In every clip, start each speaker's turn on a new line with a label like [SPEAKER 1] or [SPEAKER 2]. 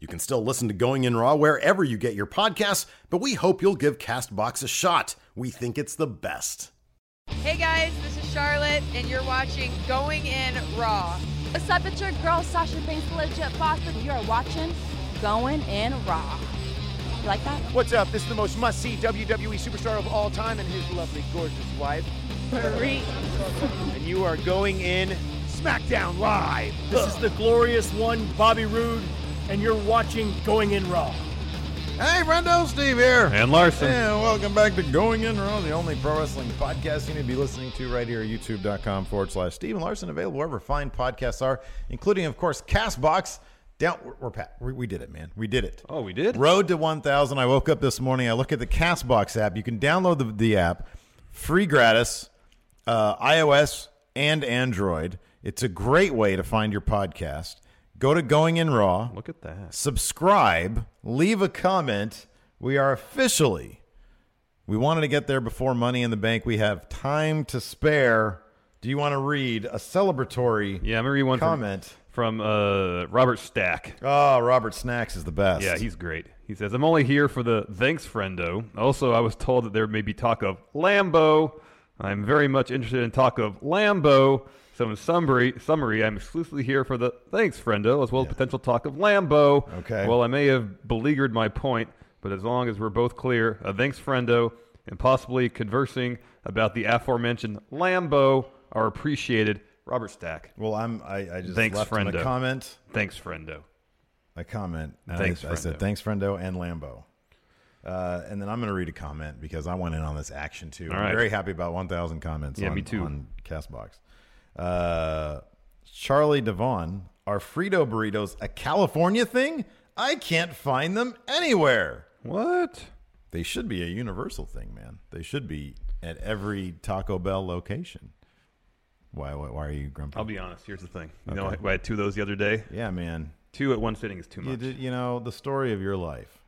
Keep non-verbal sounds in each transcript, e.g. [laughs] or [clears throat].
[SPEAKER 1] You can still listen to Going In Raw wherever you get your podcasts, but we hope you'll give Castbox a shot. We think it's the best.
[SPEAKER 2] Hey guys, this is Charlotte, and you're watching Going In Raw.
[SPEAKER 3] What's up, it's your girl Sasha Banks, the legit boss, and you're watching Going in Raw. You like that?
[SPEAKER 4] What's up? This is the most must see WWE E superstar of all time and his lovely, gorgeous wife,
[SPEAKER 5] Marie.
[SPEAKER 4] and you are going in SmackDown Live.
[SPEAKER 5] This is the glorious one, Bobby Roode, and you're watching Going In Raw.
[SPEAKER 6] Hey, Brendo, Steve here.
[SPEAKER 7] And Larson.
[SPEAKER 6] And welcome back to Going In Raw, the only pro wrestling podcast you need to be listening to right here at youtube.com forward slash Steve and Larson, available wherever fine podcasts are, including, of course, Castbox. Down, we're, we're pat, we, we did it, man. We did it.
[SPEAKER 7] Oh, we did?
[SPEAKER 6] Road to 1000. I woke up this morning. I look at the Castbox app. You can download the, the app, free gratis, uh, iOS and Android. It's a great way to find your podcast. Go to Going In Raw
[SPEAKER 7] Look at that.
[SPEAKER 6] subscribe, leave a comment. We are officially. We wanted to get there before Money in the Bank. We have time to spare. Do you want to read a celebratory
[SPEAKER 7] Yeah, I'm gonna read one from-
[SPEAKER 6] comment?
[SPEAKER 7] from uh, Robert Stack.
[SPEAKER 6] Oh, Robert Snacks is the best.
[SPEAKER 7] Yeah, he's great. He says, "I'm only here for the thanks, friendo. Also, I was told that there may be talk of Lambo. I'm very much interested in talk of Lambo. So, in summary, summary, I'm exclusively here for the thanks, friendo, as well as potential talk of Lambo.
[SPEAKER 6] Okay.
[SPEAKER 7] Well, I may have beleaguered my point, but as long as we're both clear, a thanks, friendo, and possibly conversing about the aforementioned Lambo are appreciated. Robert Stack,
[SPEAKER 6] Well, I'm. I, I just
[SPEAKER 7] Thanks,
[SPEAKER 6] left him a
[SPEAKER 7] friendo.
[SPEAKER 6] comment.
[SPEAKER 7] thanks, friendo.
[SPEAKER 6] A comment. And
[SPEAKER 7] Thanks,
[SPEAKER 6] I, I said
[SPEAKER 7] friendo.
[SPEAKER 6] thanks, friendo, and Lambo. Uh, and then I'm going to read a comment because I went in on this action too. I'm
[SPEAKER 7] right.
[SPEAKER 6] very happy about 1,000 comments.
[SPEAKER 7] Yeah,
[SPEAKER 6] on,
[SPEAKER 7] me too.
[SPEAKER 6] On Castbox, uh, Charlie Devon, are Frito burritos a California thing? I can't find them anywhere.
[SPEAKER 7] What?
[SPEAKER 6] They should be a universal thing, man. They should be at every Taco Bell location. Why? Why, why are you grumpy?
[SPEAKER 7] I'll be honest. Here's the thing. You know,
[SPEAKER 6] Okay.
[SPEAKER 7] I, I had two of those the other day.
[SPEAKER 6] yeah, man.
[SPEAKER 7] Two at one sitting is too
[SPEAKER 6] You,
[SPEAKER 7] much.
[SPEAKER 6] did, you know, the story of your life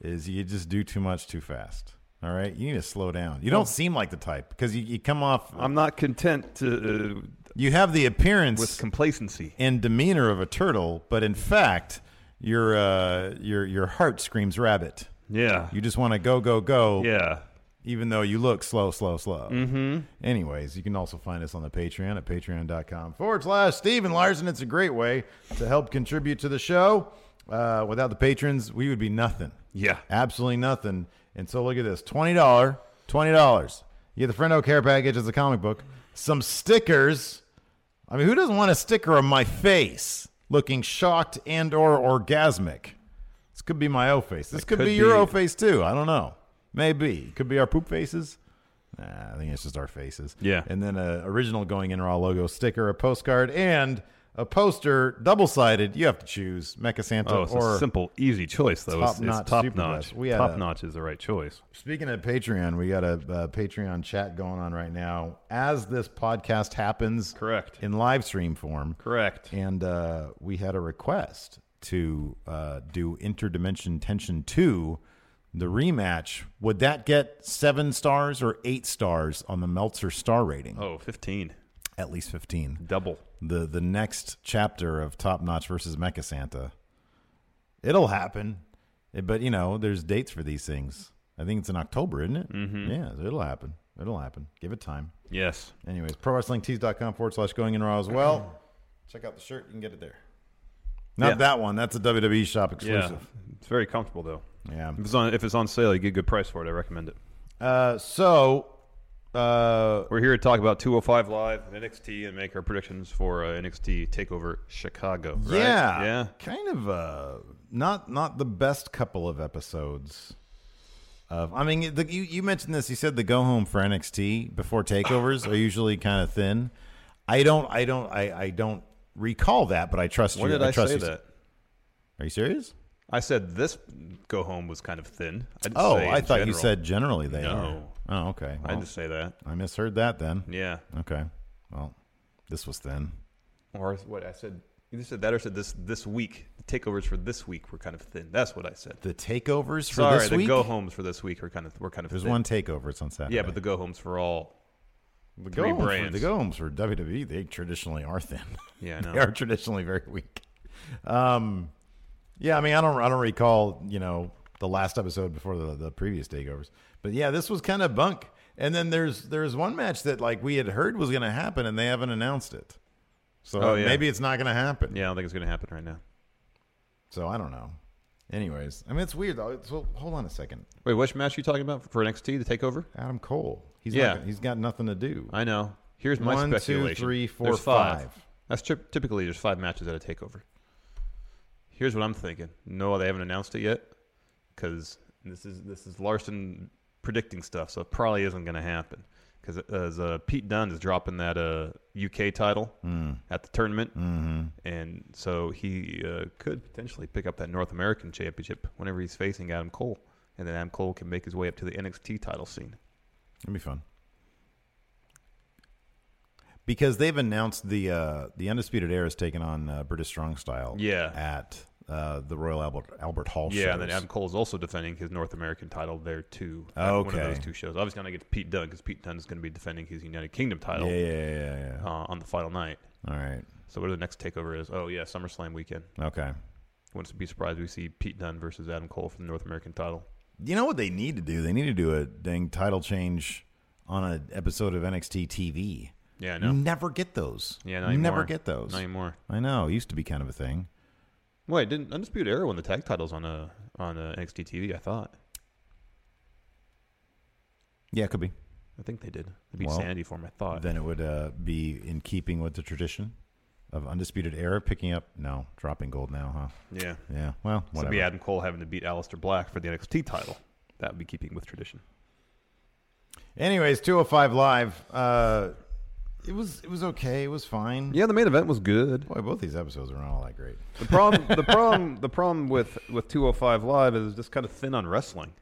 [SPEAKER 6] is you just do too much too fast. All right, you need to slow down. You don't seem like the type because you, you come off.
[SPEAKER 7] I'm not content to, uh,
[SPEAKER 6] you have the
[SPEAKER 7] with
[SPEAKER 6] appearance
[SPEAKER 7] complacency.
[SPEAKER 6] and demeanor of a turtle, but in fact, your uh, your your heart screams rabbit.
[SPEAKER 7] Yeah.
[SPEAKER 6] You just want to go go go.
[SPEAKER 7] yeah.
[SPEAKER 6] even though you look slow, slow, slow. Mm-hmm. Anyways, you can also find us on the Patreon at patreon.com forward slash Steven Larson. It's a great way to help contribute to the show. Uh, without the patrons, we would be nothing.
[SPEAKER 7] Yeah.
[SPEAKER 6] Absolutely nothing. And so look at this $20, $20. You get the Friendo Care Package as a comic book, some stickers. I mean, who doesn't want a sticker of my face looking shocked and or orgasmic? This could be my O face. This could,
[SPEAKER 7] could
[SPEAKER 6] be, your
[SPEAKER 7] be-
[SPEAKER 6] O face too. I don't know. Maybe. Could be our poop faces. Nah, I think it's just our faces.
[SPEAKER 7] Yeah.
[SPEAKER 6] And then a original going in raw logo sticker, a postcard, and a poster, double sided. You have to choose Mecha Santa
[SPEAKER 7] Oh, it's
[SPEAKER 6] or
[SPEAKER 7] a simple, easy choice, though. It's-
[SPEAKER 6] Top-notch
[SPEAKER 7] it's top
[SPEAKER 6] super
[SPEAKER 7] notch.
[SPEAKER 6] best. We had
[SPEAKER 7] top
[SPEAKER 6] a-
[SPEAKER 7] notch is the right choice.
[SPEAKER 6] Speaking of Patreon, we got a, uh Patreon chat going on right now as this podcast happens.
[SPEAKER 7] Correct.
[SPEAKER 6] In live stream form.
[SPEAKER 7] Correct.
[SPEAKER 6] And uh, we had a request to uh, do Interdimension Tension 2 the rematch, would that get seven stars or eight stars on the Meltzer star rating?
[SPEAKER 7] Oh, 15.
[SPEAKER 6] At least 15.
[SPEAKER 7] Double.
[SPEAKER 6] The, the next chapter of Top Notch versus Mecha Santa. It'll happen. Eh, But, you know, there's dates for these things. I think it's in October, isn't it? Mm-hmm. Yeah, so it'll happen. It'll happen. Give it time.
[SPEAKER 7] Yes.
[SPEAKER 6] Anyways, prowrestlingtees.com forward slash going in raw as well. [clears throat] Check out the shirt. You can get it there. Not
[SPEAKER 7] Yeah.
[SPEAKER 6] that one. That's a WWE shop exclusive.
[SPEAKER 7] Yeah. It's very comfortable though.
[SPEAKER 6] Yeah.
[SPEAKER 7] If it's on if it's on sale, you get a good price for it. I recommend it.
[SPEAKER 6] Uh, so, uh,
[SPEAKER 7] We're here to talk about 205 Live and NXT and make our predictions for uh, NXT Takeover Chicago. Right?
[SPEAKER 6] yeah,
[SPEAKER 7] Yeah.
[SPEAKER 6] kind of uh, not not the best couple of episodes. Of I mean, the, you you mentioned this. You said the go home for NXT before takeovers are usually kind of thin. I don't, I don't, I, I don't recall that, but I trust
[SPEAKER 7] When
[SPEAKER 6] you.
[SPEAKER 7] did I,
[SPEAKER 6] trust
[SPEAKER 7] say
[SPEAKER 6] you.
[SPEAKER 7] that?
[SPEAKER 6] Are you serious?
[SPEAKER 7] I said this go home was kind of thin. I didn't
[SPEAKER 6] Oh,
[SPEAKER 7] say
[SPEAKER 6] I
[SPEAKER 7] in
[SPEAKER 6] thought you
[SPEAKER 7] general.
[SPEAKER 6] said generally they
[SPEAKER 7] No.
[SPEAKER 6] are. Oh, okay.
[SPEAKER 7] I
[SPEAKER 6] Well,
[SPEAKER 7] didn't say that.
[SPEAKER 6] I misheard that then.
[SPEAKER 7] Yeah.
[SPEAKER 6] Okay. Well, this was thin.
[SPEAKER 7] Or what I said. You either said that or said this this week. The takeovers for this week were kind of thin. That's what I said.
[SPEAKER 6] The takeovers for
[SPEAKER 7] Sorry,
[SPEAKER 6] this
[SPEAKER 7] the
[SPEAKER 6] week.
[SPEAKER 7] go homes for this week were kind of were kind of
[SPEAKER 6] There's
[SPEAKER 7] thin.
[SPEAKER 6] one takeover. It's on Saturday.
[SPEAKER 7] Yeah, but the go homes for all.
[SPEAKER 6] the
[SPEAKER 7] three
[SPEAKER 6] go-homes For,
[SPEAKER 7] brands.
[SPEAKER 6] the go homes for WWE, E. they traditionally are thin.
[SPEAKER 7] Yeah, [laughs] I know.
[SPEAKER 6] [laughs] they are traditionally very weak. Um, yeah, I mean, I don't, I don't recall, you know, the last episode before the, the previous takeovers, but yeah, this was kind of bunk. And then there's there's one match that like we had heard was going to happen, and they haven't announced it. So
[SPEAKER 7] Oh, yeah.
[SPEAKER 6] maybe it's not going to happen.
[SPEAKER 7] Yeah, I don't think it's going to happen right now.
[SPEAKER 6] So I don't know. Anyways, I mean, it's weird though. So hold on a second.
[SPEAKER 7] Wait, which match are you talking about for NXT? The takeover?
[SPEAKER 6] Adam Cole. He's
[SPEAKER 7] Yeah.
[SPEAKER 6] not, he's got nothing to do.
[SPEAKER 7] I know. Here's my
[SPEAKER 6] One, two,
[SPEAKER 7] speculation.
[SPEAKER 6] three, four,
[SPEAKER 7] There's
[SPEAKER 6] five.
[SPEAKER 7] That's tri- typically there's five matches at a takeover. Here's what I'm thinking. No, they haven't announced it yet because this is this is Larson predicting stuff, so it probably isn't going to happen. Because as uh, Pete Dunne is dropping that uh, UK title
[SPEAKER 6] Mm.
[SPEAKER 7] at the tournament,
[SPEAKER 6] Mm-hmm.
[SPEAKER 7] and so he uh, could potentially pick up that North American championship whenever he's facing Adam Cole, and then Adam Cole can make his way up to the NXT title scene.
[SPEAKER 6] It'll be fun. Because they've announced the uh, the undisputed era is taking on uh, British Strong Style.
[SPEAKER 7] Yeah.
[SPEAKER 6] At uh, the Royal Albert Albert Hall.
[SPEAKER 7] Yeah, and then
[SPEAKER 6] shows.
[SPEAKER 7] Adam Cole is also defending his North American title there too. at One of
[SPEAKER 6] Okay.
[SPEAKER 7] those two shows. Obviously, not going to get to Pete Dunne because Pete Dunne is going to be defending his United Kingdom
[SPEAKER 6] Yeah,
[SPEAKER 7] title
[SPEAKER 6] yeah, yeah, yeah, yeah.
[SPEAKER 7] uh, on the final night.
[SPEAKER 6] All right.
[SPEAKER 7] So what the next takeover is? Oh yeah, SummerSlam weekend.
[SPEAKER 6] Okay.
[SPEAKER 7] Wouldn't be surprised if we see Pete Dunne versus Adam Cole for the North American title.
[SPEAKER 6] You know what they need to do? They need to do a dang title change on an episode of NXT TV.
[SPEAKER 7] Yeah, I know.
[SPEAKER 6] Never get those.
[SPEAKER 7] Yeah, not
[SPEAKER 6] You never
[SPEAKER 7] anymore.
[SPEAKER 6] get those.
[SPEAKER 7] Not anymore.
[SPEAKER 6] I know. It used to be kind of a thing.
[SPEAKER 7] Wait, didn't Undisputed Era win the tag titles on uh, on uh, NXT TV? I thought.
[SPEAKER 6] Yeah, it could be.
[SPEAKER 7] I think they did. They beat
[SPEAKER 6] Well,
[SPEAKER 7] Sandy for him. I thought.
[SPEAKER 6] Then it would uh, be in keeping with the tradition of undisputed era picking up. No, dropping gold now,
[SPEAKER 7] yeah.
[SPEAKER 6] huh? Yeah. Well,
[SPEAKER 7] So it'd
[SPEAKER 6] whatever.
[SPEAKER 7] be Adam Cole having to beat Aleister Black for the NXT title. That would be keeping with tradition.
[SPEAKER 6] Anyways, 205 live. Uh, it was it was okay. It was fine.
[SPEAKER 7] Yeah, the main event was good.
[SPEAKER 6] Boy, both these episodes are not all that great.
[SPEAKER 7] The problem, the problem, the problem with with 205 Live is just kind of thin on wrestling.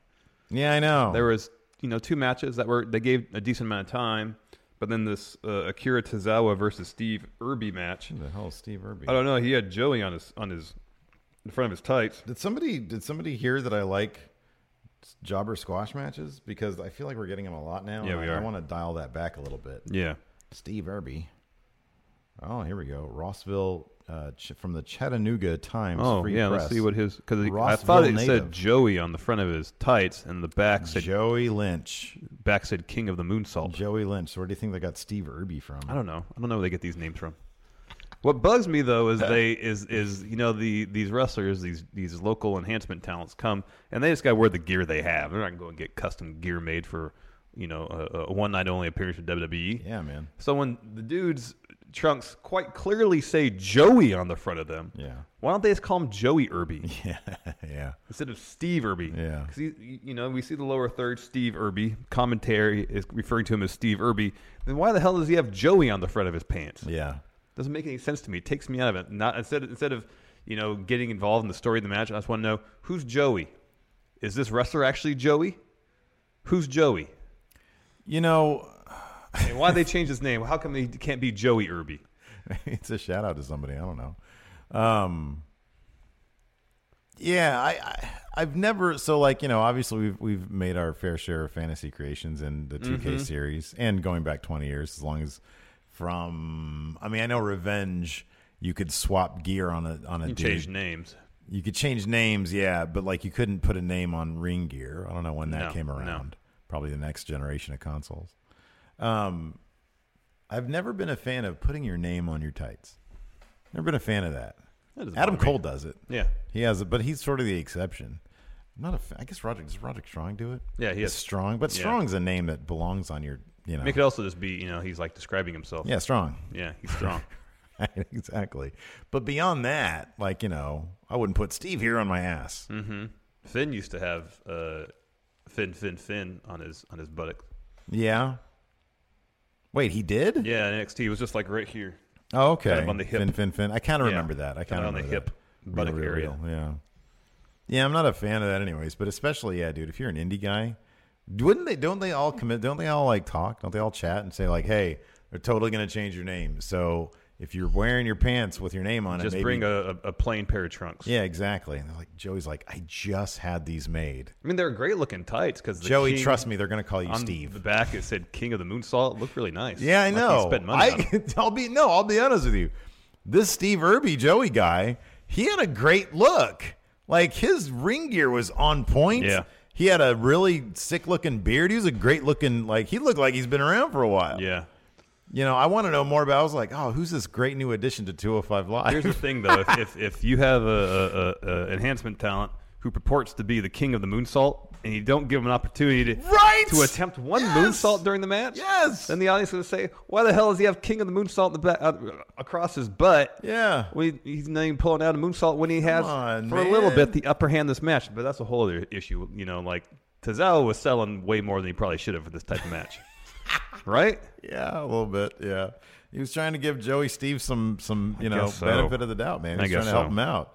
[SPEAKER 6] Yeah, I know.
[SPEAKER 7] There was you know two matches that were they gave a decent amount of time, but then this uh, Akira Tozawa versus Steve Irby match.
[SPEAKER 6] Who the hell, is Steve Irby.
[SPEAKER 7] I don't know. He had Joey on his on his in front of his tights.
[SPEAKER 6] Did somebody did somebody hear that I like jobber squash matches? Because I feel like we're getting them a lot now.
[SPEAKER 7] Yeah,
[SPEAKER 6] and
[SPEAKER 7] we
[SPEAKER 6] I, I
[SPEAKER 7] are.
[SPEAKER 6] want to dial that back a little bit.
[SPEAKER 7] Yeah,
[SPEAKER 6] Steve Irby. Oh, here we go. Rossville uh, ch- from the Chattanooga Times.
[SPEAKER 7] Oh
[SPEAKER 6] Free
[SPEAKER 7] yeah,
[SPEAKER 6] Press.
[SPEAKER 7] let's see what his because I
[SPEAKER 6] Rossville
[SPEAKER 7] thought it
[SPEAKER 6] native.
[SPEAKER 7] said Joey on the front of his tights and the back said
[SPEAKER 6] Joey Lynch.
[SPEAKER 7] back said King of the Moonsault.
[SPEAKER 6] Joey Lynch. Where do you think they got Steve Irby from?
[SPEAKER 7] I don't know. I don't know where they get these names from. What bugs me though is they is is you know the these wrestlers these these local enhancement talents come and they just got to wear the gear they have. They're not going to get custom gear made for you know a, a one night only appearance with WWE.
[SPEAKER 6] Yeah, man.
[SPEAKER 7] E. So when the dudes trunks quite clearly say Joey on the front of them,
[SPEAKER 6] Yeah.
[SPEAKER 7] Why don't they just call him Joey Irby
[SPEAKER 6] [laughs] yeah.
[SPEAKER 7] instead of Steve Irby?
[SPEAKER 6] Yeah.
[SPEAKER 7] because you know we see the lower third Steve Irby commentary is referring to him as Steve Irby. Then why the hell does he have Joey on the front of his pants?
[SPEAKER 6] Yeah.
[SPEAKER 7] Doesn't make any sense to me. It takes me out of it. Not instead instead of you know getting involved in the story of the match. I just want to know who's Joey. Is this wrestler actually Joey? Who's Joey?
[SPEAKER 6] You know,
[SPEAKER 7] And why they changed his name? How come he can't be Joey Irby?
[SPEAKER 6] [laughs] it's a shout out to somebody. I don't know. Um, Yeah, I, I I've never so like you know obviously we've we've made our fair share of fantasy creations in the 2K series and going back 20 years as long as from I mean I know Revenge you could swap gear on a on a
[SPEAKER 7] You
[SPEAKER 6] dude.
[SPEAKER 7] change names.
[SPEAKER 6] You could change names, yeah, but like you couldn't put a name on ring gear. I don't know when that
[SPEAKER 7] No,
[SPEAKER 6] came
[SPEAKER 7] no.
[SPEAKER 6] around. Probably the next generation of consoles. Um, I've never been a fan of putting your name on your tights. Never been a fan of that.
[SPEAKER 7] That doesn't
[SPEAKER 6] Adam
[SPEAKER 7] bother me.
[SPEAKER 6] Cole does it.
[SPEAKER 7] Yeah.
[SPEAKER 6] He has it, but he's sort of the exception. I'm not a fan. I guess Roger does Roger Strong do it?
[SPEAKER 7] Yeah, he
[SPEAKER 6] It's
[SPEAKER 7] is.
[SPEAKER 6] Strong, but
[SPEAKER 7] Yeah.
[SPEAKER 6] Strong's a name that belongs on your, you know.
[SPEAKER 7] It could also just be, you know, he's like describing himself.
[SPEAKER 6] yeah, Strong. [laughs]
[SPEAKER 7] Yeah, he's strong.
[SPEAKER 6] Right, exactly. But beyond that, like you know, I wouldn't put Steve here on my ass.
[SPEAKER 7] Finn used to have uh, Finn, Finn, Finn on his on his buttock.
[SPEAKER 6] Yeah. Wait, he did?
[SPEAKER 7] Yeah, in NXT it was just like right here.
[SPEAKER 6] Oh, okay.
[SPEAKER 7] Kind of on the hip.
[SPEAKER 6] Fin, fin, fin. I kind of
[SPEAKER 7] Yeah.
[SPEAKER 6] remember that. I
[SPEAKER 7] Kinda
[SPEAKER 6] kind of
[SPEAKER 7] on the
[SPEAKER 6] remember
[SPEAKER 7] hip
[SPEAKER 6] that.
[SPEAKER 7] buttock
[SPEAKER 6] Real, real,
[SPEAKER 7] area.
[SPEAKER 6] real. Yeah. Yeah, I'm not a fan of that, anyways. But especially, yeah, dude, if you're an indie guy, wouldn't they? Don't they all commit? Don't they all like talk? Don't they all chat and say like, "Hey, they're totally gonna change your name." So if you're wearing your pants with your name on
[SPEAKER 7] Just
[SPEAKER 6] it, maybe,
[SPEAKER 7] bring a, a, a plain pair of trunks.
[SPEAKER 6] yeah, exactly. And they're like, Joey's like, I just had these made.
[SPEAKER 7] I mean they're great looking tights because
[SPEAKER 6] Joey, trust me, they're gonna call you
[SPEAKER 7] On
[SPEAKER 6] Steve.
[SPEAKER 7] the back it said King of the Moonsault. It looked really nice.
[SPEAKER 6] Yeah, I
[SPEAKER 7] Like
[SPEAKER 6] know.
[SPEAKER 7] He spent money. on it.
[SPEAKER 6] I, will be no. [laughs] I'll be honest with you. This Steve Irby Joey guy, he had a great look. Like his ring gear was on point.
[SPEAKER 7] Yeah.
[SPEAKER 6] He had a really sick looking beard. He was a great looking. Like he looked like he's been around for a while.
[SPEAKER 7] Yeah.
[SPEAKER 6] You know, I want to know more about. I was like, oh, who's this great new addition to 205 Live?
[SPEAKER 7] Here's the thing, though. if, if if you have a, a, a, a enhancement talent who purports to be the king of the moonsault, and you don't give him an opportunity to,
[SPEAKER 6] Right!
[SPEAKER 7] to attempt one
[SPEAKER 6] Yes!
[SPEAKER 7] moonsault during the match,
[SPEAKER 6] Yes!
[SPEAKER 7] then the audience is going to say, "Why the hell does he have king of the moonsault in the back, uh, across his butt?"
[SPEAKER 6] [laughs] Yeah.
[SPEAKER 7] we, he's not even pulling out a moonsault when he has
[SPEAKER 6] on,
[SPEAKER 7] for a little
[SPEAKER 6] man.
[SPEAKER 7] bit the upper hand this match. But that's a whole other issue. You know, like Tozawa was selling way more than he probably should have for this type of
[SPEAKER 6] [laughs]
[SPEAKER 7] match, right?
[SPEAKER 6] Yeah, a little bit. Yeah, he was trying to give Joey Steve some some you know
[SPEAKER 7] guess so.
[SPEAKER 6] benefit of the doubt, man.
[SPEAKER 7] I
[SPEAKER 6] He's trying
[SPEAKER 7] guess
[SPEAKER 6] to help
[SPEAKER 7] so.
[SPEAKER 6] him out,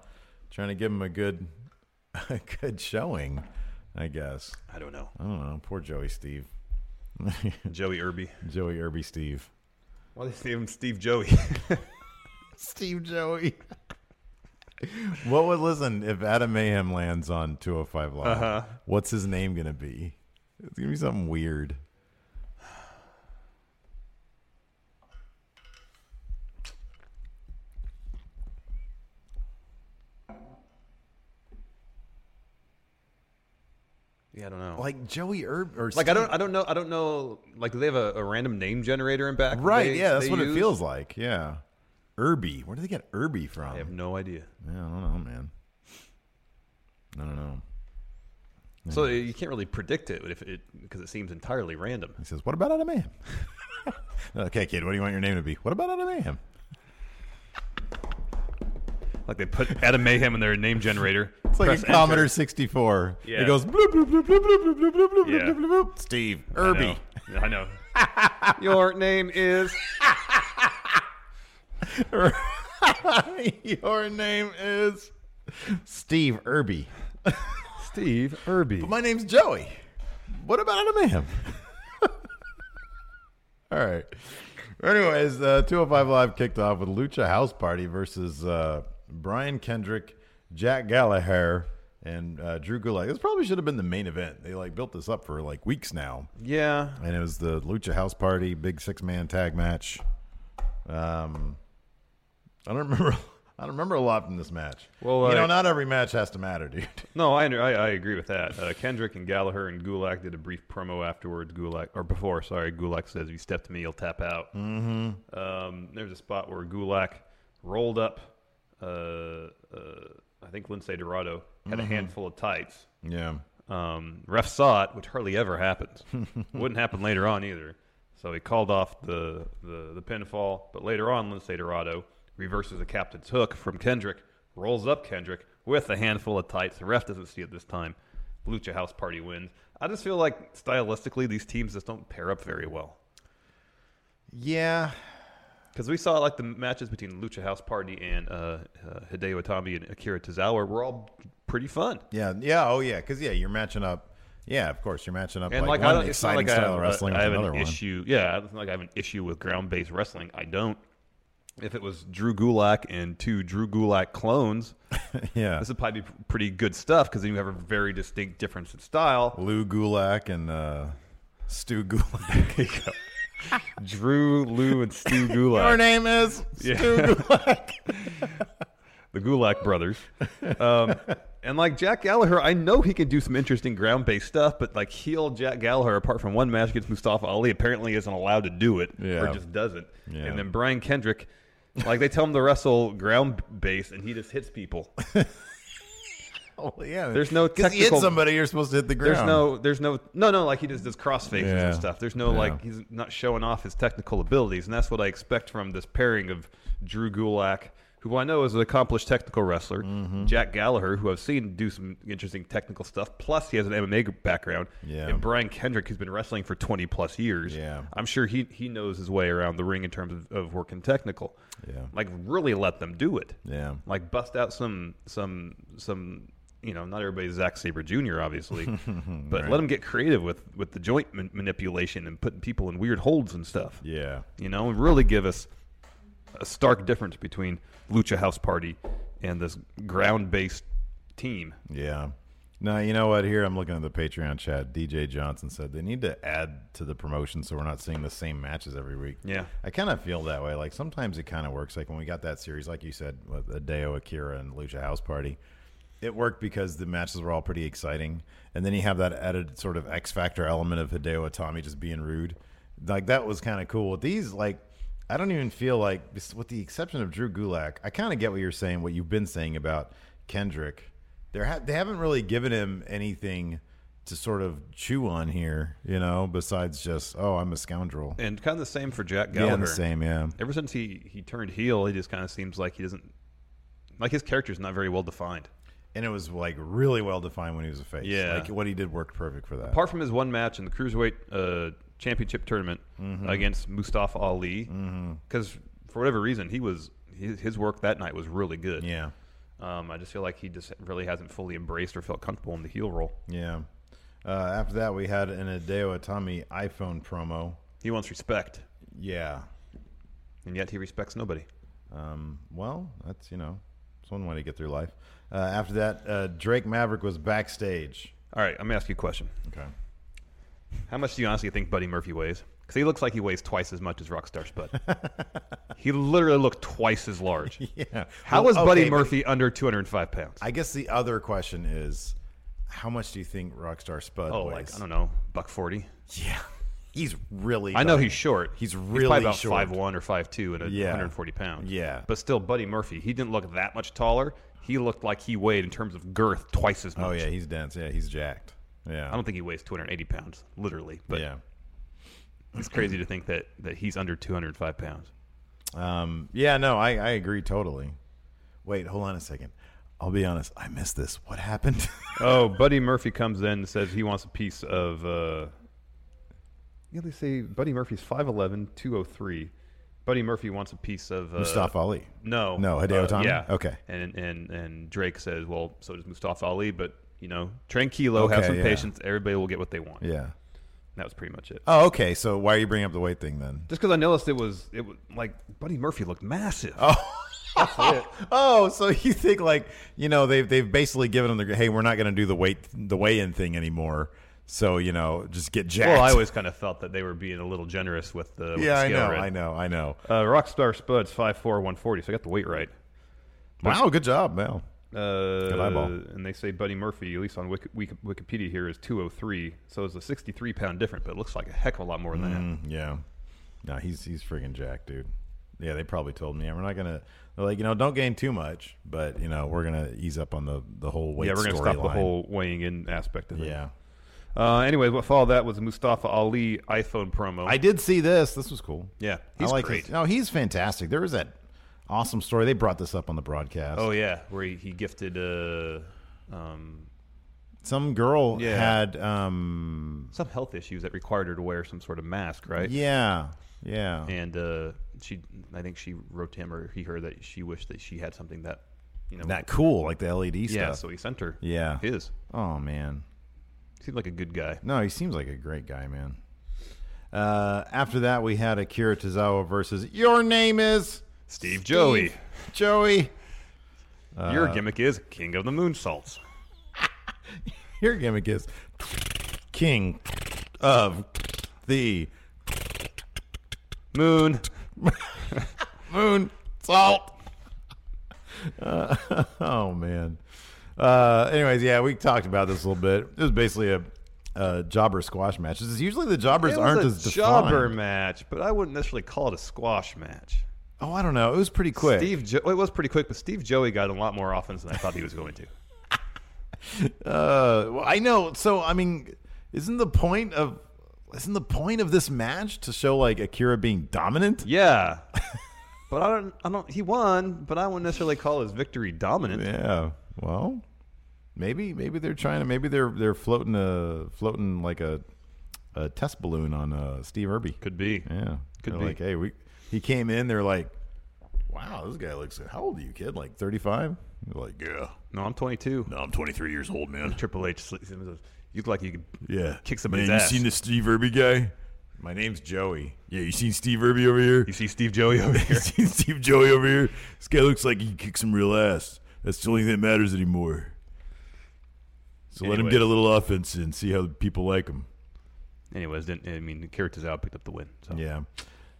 [SPEAKER 6] trying to give him a good [laughs] a good showing, I guess.
[SPEAKER 7] I don't know,
[SPEAKER 6] I don't know. Poor Joey Steve, [laughs]
[SPEAKER 7] Joey Irby.
[SPEAKER 6] Joey Irby Steve,
[SPEAKER 7] Why they name him Steve
[SPEAKER 6] [laughs]
[SPEAKER 7] Joey?
[SPEAKER 6] Steve Joey. what would listen if Adam Mayhem lands on 205 Live?
[SPEAKER 7] Uh-huh.
[SPEAKER 6] What's his name gonna be? It's gonna be something weird.
[SPEAKER 7] yeah, I don't know.
[SPEAKER 6] Like Joey Irby or
[SPEAKER 7] Like I
[SPEAKER 6] Steve-
[SPEAKER 7] don't, I don't know, I don't know. Like do they have a, a random name generator in back? that
[SPEAKER 6] Right?
[SPEAKER 7] they-
[SPEAKER 6] yeah, that's
[SPEAKER 7] they
[SPEAKER 6] what it
[SPEAKER 7] use?
[SPEAKER 6] feels like. Yeah, Irby. Where do they get Irby from?
[SPEAKER 7] I have no idea.
[SPEAKER 6] Yeah, I don't know, man. I don't know.
[SPEAKER 7] So you can't really predict it if it because it seems entirely random.
[SPEAKER 6] He says, "What about Adam [laughs] Mayhem?" okay, kid. What do you want your name to be? What about Adam Mayhem?
[SPEAKER 7] Like they put Adam Mayhem in their name generator.
[SPEAKER 6] It's like
[SPEAKER 7] press
[SPEAKER 6] a Commodore
[SPEAKER 7] enter.
[SPEAKER 6] 64. It
[SPEAKER 7] Yeah.
[SPEAKER 6] goes bloop bloop bloop bloop bloop bloop bloop bloop bloop
[SPEAKER 7] Yeah.
[SPEAKER 6] bloop bloop. bloop. Steve Irby.
[SPEAKER 7] I know. I know.
[SPEAKER 6] [laughs]
[SPEAKER 7] Your name is
[SPEAKER 6] [laughs] your name is Steve Irby.
[SPEAKER 7] Steve Irby.
[SPEAKER 6] My name's Joey. What about Adam Mayhem? [laughs] All right. Anyways, uh, 205 Live kicked off with Lucha House Party versus uh, Brian Kendrick, Jack Gallagher, and uh, Drew Gulak. This probably should have been the main event. They like built this up for like weeks now,
[SPEAKER 7] yeah,
[SPEAKER 6] and it was the Lucha House Party big six man tag match. Um, I don't [laughs] remember. I don't remember a lot from this match.
[SPEAKER 7] Well,
[SPEAKER 6] you know,
[SPEAKER 7] like-
[SPEAKER 6] not every match has to matter, dude. [laughs]
[SPEAKER 7] no, I, under- I I agree with that. Uh, Kendrick and Gallagher and Gulak did a brief promo afterwards. Gulak or before, sorry. Gulak says, "If you step to me, you'll tap out." Um, there's a spot where Gulak rolled up, uh, uh, I think Lindsay Dorado had a handful of tights.
[SPEAKER 6] yeah.
[SPEAKER 7] Um, ref saw it, which hardly ever happens. Wouldn't happen later on either. So he called off the, the, the pinfall. But later on, Lindsay Dorado reverses a captain's hook from Kendrick, rolls up Kendrick with a handful of tights. The ref doesn't see it this time. Lucha House Party wins. I just feel like stylistically, these teams just don't pair up very well.
[SPEAKER 6] Yeah.
[SPEAKER 7] Because we saw like the matches between Lucha House Party and uh, uh, Hideo Itami and Akira Tozawa were all pretty fun.
[SPEAKER 6] Yeah, yeah, oh yeah, because yeah, you're matching up. Yeah, of course, you're matching up.
[SPEAKER 7] And like,
[SPEAKER 6] like, one
[SPEAKER 7] I don't, it's not
[SPEAKER 6] exciting
[SPEAKER 7] like I
[SPEAKER 6] style
[SPEAKER 7] have,
[SPEAKER 6] of
[SPEAKER 7] a-
[SPEAKER 6] wrestling
[SPEAKER 7] I
[SPEAKER 6] with
[SPEAKER 7] have
[SPEAKER 6] another
[SPEAKER 7] an
[SPEAKER 6] one.
[SPEAKER 7] issue. Yeah, it's not like I have an issue with ground based wrestling. I don't. if it was Drew Gulak and two Drew Gulak
[SPEAKER 6] [laughs]
[SPEAKER 7] clones,
[SPEAKER 6] Yeah.
[SPEAKER 7] this would probably be pretty good stuff because then you have a very distinct difference in style.
[SPEAKER 6] Lou Gulak and uh, Stu
[SPEAKER 7] [laughs]
[SPEAKER 6] Gulak. [laughs]
[SPEAKER 7] Drew, Lou, and Stu
[SPEAKER 6] Your
[SPEAKER 7] Gulak.
[SPEAKER 6] name is
[SPEAKER 7] Yeah.
[SPEAKER 6] Stu Gulak.
[SPEAKER 7] the Gulak brothers. Um, and like Jack Gallagher, I know he can do some interesting ground based stuff, but like heel Jack Gallagher, apart from one match against Mustafa Ali, apparently isn't allowed to do it
[SPEAKER 6] Yeah.
[SPEAKER 7] or just doesn't.
[SPEAKER 6] Yeah.
[SPEAKER 7] And then Brian Kendrick, like they tell him to wrestle ground based and he just hits people.
[SPEAKER 6] [laughs] Oh, yeah.
[SPEAKER 7] There's no
[SPEAKER 6] 'Cause you hit
[SPEAKER 7] technical-
[SPEAKER 6] somebody, you're supposed to hit the ground.
[SPEAKER 7] There's no, there's no, no, no. Like he just does cross faces
[SPEAKER 6] Yeah.
[SPEAKER 7] and stuff. There's no
[SPEAKER 6] Yeah.
[SPEAKER 7] like he's not showing off his technical abilities, and that's what I expect from this pairing of Drew Gulak, who I know is an accomplished technical wrestler,
[SPEAKER 6] Mm-hmm.
[SPEAKER 7] Jack Gallagher, who I've seen do some interesting technical stuff. Plus, he has an MMA background,
[SPEAKER 6] Yeah.
[SPEAKER 7] and Brian Kendrick, who's been wrestling for 20 plus years.
[SPEAKER 6] Yeah.
[SPEAKER 7] I'm sure he he knows his way around the ring in terms of, of working technical.
[SPEAKER 6] Yeah.
[SPEAKER 7] like really let them do it
[SPEAKER 6] Yeah.
[SPEAKER 7] like bust out some some some you know not everybody's Zack Saber Jr.
[SPEAKER 6] [laughs]
[SPEAKER 7] obviously, but let them get creative with with the joint man- manipulation and putting people in weird holds and stuff.
[SPEAKER 6] Yeah.
[SPEAKER 7] you know, and really give us a stark difference between Lucha House Party and this ground based team.
[SPEAKER 6] Yeah. No, you know what? Here I'm looking at the Patreon chat. DJ Johnson said they need to add to the promotion so we're not seeing the same matches every week.
[SPEAKER 7] Yeah.
[SPEAKER 6] I kind of feel that way. Like sometimes it kind of works. Like when we got that series, like you said, with Adeo Akira and Lucha House Party, it worked because the matches were all pretty exciting. And then you have that added sort of X Factor element of Hideo Itami just being rude. Like that was kind of cool. With these, like, I don't even feel like, with the exception of Drew Gulak, I kind of get what you're saying, what you've been saying about Kendrick. They're ha- they haven't really given him anything to sort of chew on here, you know, besides just, oh, I'm a scoundrel.
[SPEAKER 7] And kind of the same for Jack Gallagher.
[SPEAKER 6] Yeah, the same, yeah.
[SPEAKER 7] Ever since he he turned heel, he just kind of seems like he doesn't like his character's not very well defined.
[SPEAKER 6] And it was like really well defined when he was a face.
[SPEAKER 7] Yeah.
[SPEAKER 6] Like what he did worked perfect for that.
[SPEAKER 7] apart from his one match in the cruiserweight uh, championship tournament
[SPEAKER 6] Mm-hmm.
[SPEAKER 7] against Mustafa Ali, because for whatever reason he was his, his work that night was really good.
[SPEAKER 6] yeah.
[SPEAKER 7] um, I just feel like he just really hasn't fully embraced or felt comfortable in the heel role.
[SPEAKER 6] Yeah. Uh, after that, we had an Adeo Atami iPhone promo.
[SPEAKER 7] He wants respect,
[SPEAKER 6] Yeah.
[SPEAKER 7] and yet he respects nobody.
[SPEAKER 6] Um, well, that's, you know, it's one way to get through life. Uh, after that, uh, Drake Maverick was backstage.
[SPEAKER 7] All right, I'm gonna ask you a question.
[SPEAKER 6] Okay.
[SPEAKER 7] How much do you honestly think Buddy Murphy weighs? Because he looks like he weighs twice as much as Rockstar Spud.
[SPEAKER 6] [laughs]
[SPEAKER 7] he literally looked twice as large.
[SPEAKER 6] [laughs] Yeah.
[SPEAKER 7] How
[SPEAKER 6] Well,
[SPEAKER 7] is Buddy
[SPEAKER 6] okay, but
[SPEAKER 7] Murphy under 205 pounds?
[SPEAKER 6] I guess the other question is how much do you think Rockstar Spud
[SPEAKER 7] oh,
[SPEAKER 6] weighs?
[SPEAKER 7] like I don't know, buck forty.
[SPEAKER 6] [laughs] Yeah. He's really.
[SPEAKER 7] I know
[SPEAKER 6] tiny.
[SPEAKER 7] he's short.
[SPEAKER 6] He's
[SPEAKER 7] probably
[SPEAKER 6] really
[SPEAKER 7] about
[SPEAKER 6] short.
[SPEAKER 7] five one or five two and a
[SPEAKER 6] Yeah.
[SPEAKER 7] 140 pounds.
[SPEAKER 6] Yeah.
[SPEAKER 7] but still, Buddy Murphy, he didn't look that much taller. He looked like he weighed in terms of girth twice as much.
[SPEAKER 6] Oh, yeah. He's dense. Yeah. He's jacked. Yeah.
[SPEAKER 7] I don't think he weighs 280 pounds, literally. But
[SPEAKER 6] yeah.
[SPEAKER 7] it's crazy to think that that he's under 205 pounds.
[SPEAKER 6] Um, yeah, no, I, I agree totally. Wait, hold on a second. I'll be honest. I missed this. What happened? [laughs]
[SPEAKER 7] Oh, Buddy Murphy comes in and says he wants a piece of. Uh, yeah, they say Buddy Murphy's 5'11", 203. Buddy Murphy wants a piece of uh,
[SPEAKER 6] Mustafa Ali.
[SPEAKER 7] No,
[SPEAKER 6] No, Hideo
[SPEAKER 7] Uh,
[SPEAKER 6] Itami?
[SPEAKER 7] yeah.
[SPEAKER 6] Okay.
[SPEAKER 7] And and and Drake says, "Well, so does Mustafa Ali, but you know, tranquilo, have
[SPEAKER 6] Okay,
[SPEAKER 7] some
[SPEAKER 6] yeah.
[SPEAKER 7] patience. Everybody will get what they want."
[SPEAKER 6] Yeah.
[SPEAKER 7] That was pretty much it.
[SPEAKER 6] Oh, okay. So why are you bringing up the weight
[SPEAKER 7] [laughs]
[SPEAKER 6] thing then?
[SPEAKER 7] Just because I noticed it was it was like Buddy Murphy looked massive.
[SPEAKER 6] Oh, so [laughs] you think like you know they've they've basically given them the hey we're not going to do the weight the weigh in thing anymore. So you know just get jacked.
[SPEAKER 7] well, I always kind of felt that they were being a little generous with the with
[SPEAKER 6] [laughs]
[SPEAKER 7] the
[SPEAKER 6] yeah I
[SPEAKER 7] scale
[SPEAKER 6] know
[SPEAKER 7] rate.
[SPEAKER 6] I know I know.
[SPEAKER 7] Uh, Rockstar Spuds 5'4", 140, So I got the weight right.
[SPEAKER 6] Wow, good job, Mel.
[SPEAKER 7] Uh,
[SPEAKER 6] eyeball.
[SPEAKER 7] And they say Buddy Murphy, at least on Wiki, Wiki, Wikipedia here, is 203. So it's a 63 pound difference, but it looks like a heck of a lot more than that.
[SPEAKER 6] Yeah. No, he's he's freaking jacked, dude. Yeah, they probably told me yeah, we're not gonna. They're like, you know, don't gain too much, but you know, we're gonna ease up on the the whole weight.
[SPEAKER 7] yeah, we're going to
[SPEAKER 6] storyline.
[SPEAKER 7] stop the whole weighing in aspect of it.
[SPEAKER 6] Yeah,
[SPEAKER 7] Uh, anyways, what followed that was Mustafa Ali iPhone promo.
[SPEAKER 6] I did see this. This was cool.
[SPEAKER 7] Yeah,
[SPEAKER 6] I
[SPEAKER 7] he's
[SPEAKER 6] like
[SPEAKER 7] great.
[SPEAKER 6] His, no, he's fantastic. There was that awesome story. They brought this up on the broadcast.
[SPEAKER 7] oh yeah, where he, he gifted uh, um,
[SPEAKER 6] some girl
[SPEAKER 7] Yeah.
[SPEAKER 6] had. um
[SPEAKER 7] some health issues that required her to wear some sort of mask, right?
[SPEAKER 6] Yeah, yeah,
[SPEAKER 7] And uh, she, I think she wrote him or he heard that she wished that she had something that, you know,
[SPEAKER 6] that cool, like the LED
[SPEAKER 7] yeah.
[SPEAKER 6] stuff.
[SPEAKER 7] So he sent her.
[SPEAKER 6] Yeah.
[SPEAKER 7] his
[SPEAKER 6] oh man,
[SPEAKER 7] seemed like a good guy.
[SPEAKER 6] No, he seems like a great guy, man. Uh, after that, we had Akira Tozawa versus Your Name Is
[SPEAKER 7] Steve Joey.
[SPEAKER 6] Joey,
[SPEAKER 7] Your
[SPEAKER 6] uh,
[SPEAKER 7] gimmick is King of the Moonsaults.
[SPEAKER 6] your gimmick is king of the [laughs]
[SPEAKER 7] Moon.
[SPEAKER 6] moon salt. [laughs] Uh, oh man. Uh, anyways, yeah, we talked about this a little bit. It was basically a, a jobber squash match. This is usually the jobbers
[SPEAKER 7] It
[SPEAKER 6] aren't
[SPEAKER 7] was a
[SPEAKER 6] as defined.
[SPEAKER 7] jobber match, but I wouldn't necessarily call it a squash match.
[SPEAKER 6] Oh, I don't know. It was pretty quick.
[SPEAKER 7] Steve, jo- well, it was pretty quick, but Steve Joey got a lot more offense than I thought he was going to.
[SPEAKER 6] Uh, well, I know. So I mean, isn't the point of isn't the point of this match to show like Akira being dominant?
[SPEAKER 7] Yeah, [laughs] but I don't. I don't. He won, but I wouldn't necessarily call his victory dominant.
[SPEAKER 6] Yeah. Well, maybe maybe they're trying to maybe they're they're floating a floating like a a test balloon on uh, Steve Irby.
[SPEAKER 7] Could be.
[SPEAKER 6] Yeah.
[SPEAKER 7] Could
[SPEAKER 6] They're
[SPEAKER 7] be.
[SPEAKER 6] Like, hey, we he came in. They're like, wow, this guy looks. How old are you, kid? Like thirty five? Like, yeah.
[SPEAKER 7] No, I'm 22.
[SPEAKER 6] No, I'm twenty three years old, man.
[SPEAKER 7] Triple H. sl- You look like you could.
[SPEAKER 6] Yeah.
[SPEAKER 7] Kick somebody's
[SPEAKER 6] Man,
[SPEAKER 7] ass.
[SPEAKER 6] You seen the Steve Irby guy? My name's Joey. Yeah, you seen Steve Irby over here?
[SPEAKER 7] You see Steve Joey
[SPEAKER 6] [laughs]
[SPEAKER 7] over
[SPEAKER 6] You
[SPEAKER 7] here.
[SPEAKER 6] seen Steve Joey over here? This guy looks like he can kick some real ass. That's the only thing that matters anymore. So let him
[SPEAKER 7] Anyways.
[SPEAKER 6] get a little offense and see how people like him.
[SPEAKER 7] Anyways, didn't I mean characters out picked up the win. So.
[SPEAKER 6] Yeah.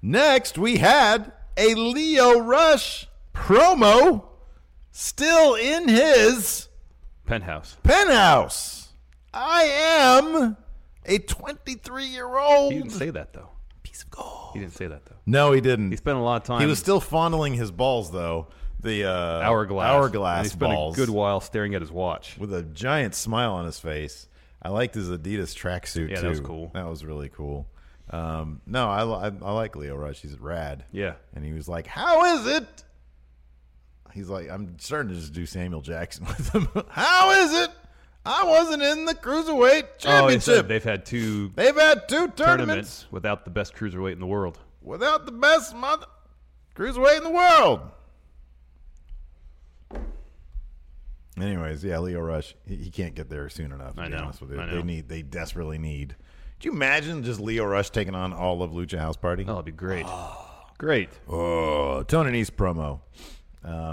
[SPEAKER 6] Next, we had a Leo Rush promo still in his
[SPEAKER 7] Penthouse.
[SPEAKER 6] penthouse. I am a 23 year
[SPEAKER 7] He didn't
[SPEAKER 6] old.
[SPEAKER 7] say that though. Piece of gold. He didn't say that though.
[SPEAKER 6] No, he didn't.
[SPEAKER 7] He spent a lot of time.
[SPEAKER 6] He was still fondling his balls, though. The uh,
[SPEAKER 7] hourglass. And he
[SPEAKER 6] hourglass
[SPEAKER 7] spent
[SPEAKER 6] balls.
[SPEAKER 7] a good while staring at his watch.
[SPEAKER 6] with a giant smile on his face. I liked his Adidas tracksuit
[SPEAKER 7] Yeah,
[SPEAKER 6] too.
[SPEAKER 7] that was cool.
[SPEAKER 6] That was really cool. Um, no, I, li- I I like Leo Rush. He's rad.
[SPEAKER 7] Yeah.
[SPEAKER 6] And he was like, "How is it?" He's like, "I'm starting to just do Samuel Jackson [laughs] with him. How is it? I wasn't in the cruiserweight
[SPEAKER 7] Oh, he said
[SPEAKER 6] championship.
[SPEAKER 7] they've had two
[SPEAKER 6] They've had two tournaments,
[SPEAKER 7] tournaments without the best cruiserweight in the world.
[SPEAKER 6] without the best mother cruiserweight in the world." Anyways, yeah, Leo Rush, he, he can't get there soon enough. To
[SPEAKER 7] I
[SPEAKER 6] be
[SPEAKER 7] know,
[SPEAKER 6] honest with you,
[SPEAKER 7] I know.
[SPEAKER 6] they need, they desperately need. Could you imagine just Leo Rush taking on all of Lucha House Party?
[SPEAKER 7] Oh, that'd be great.
[SPEAKER 6] Ah.
[SPEAKER 7] great.
[SPEAKER 6] Oh, Tony Nese promo.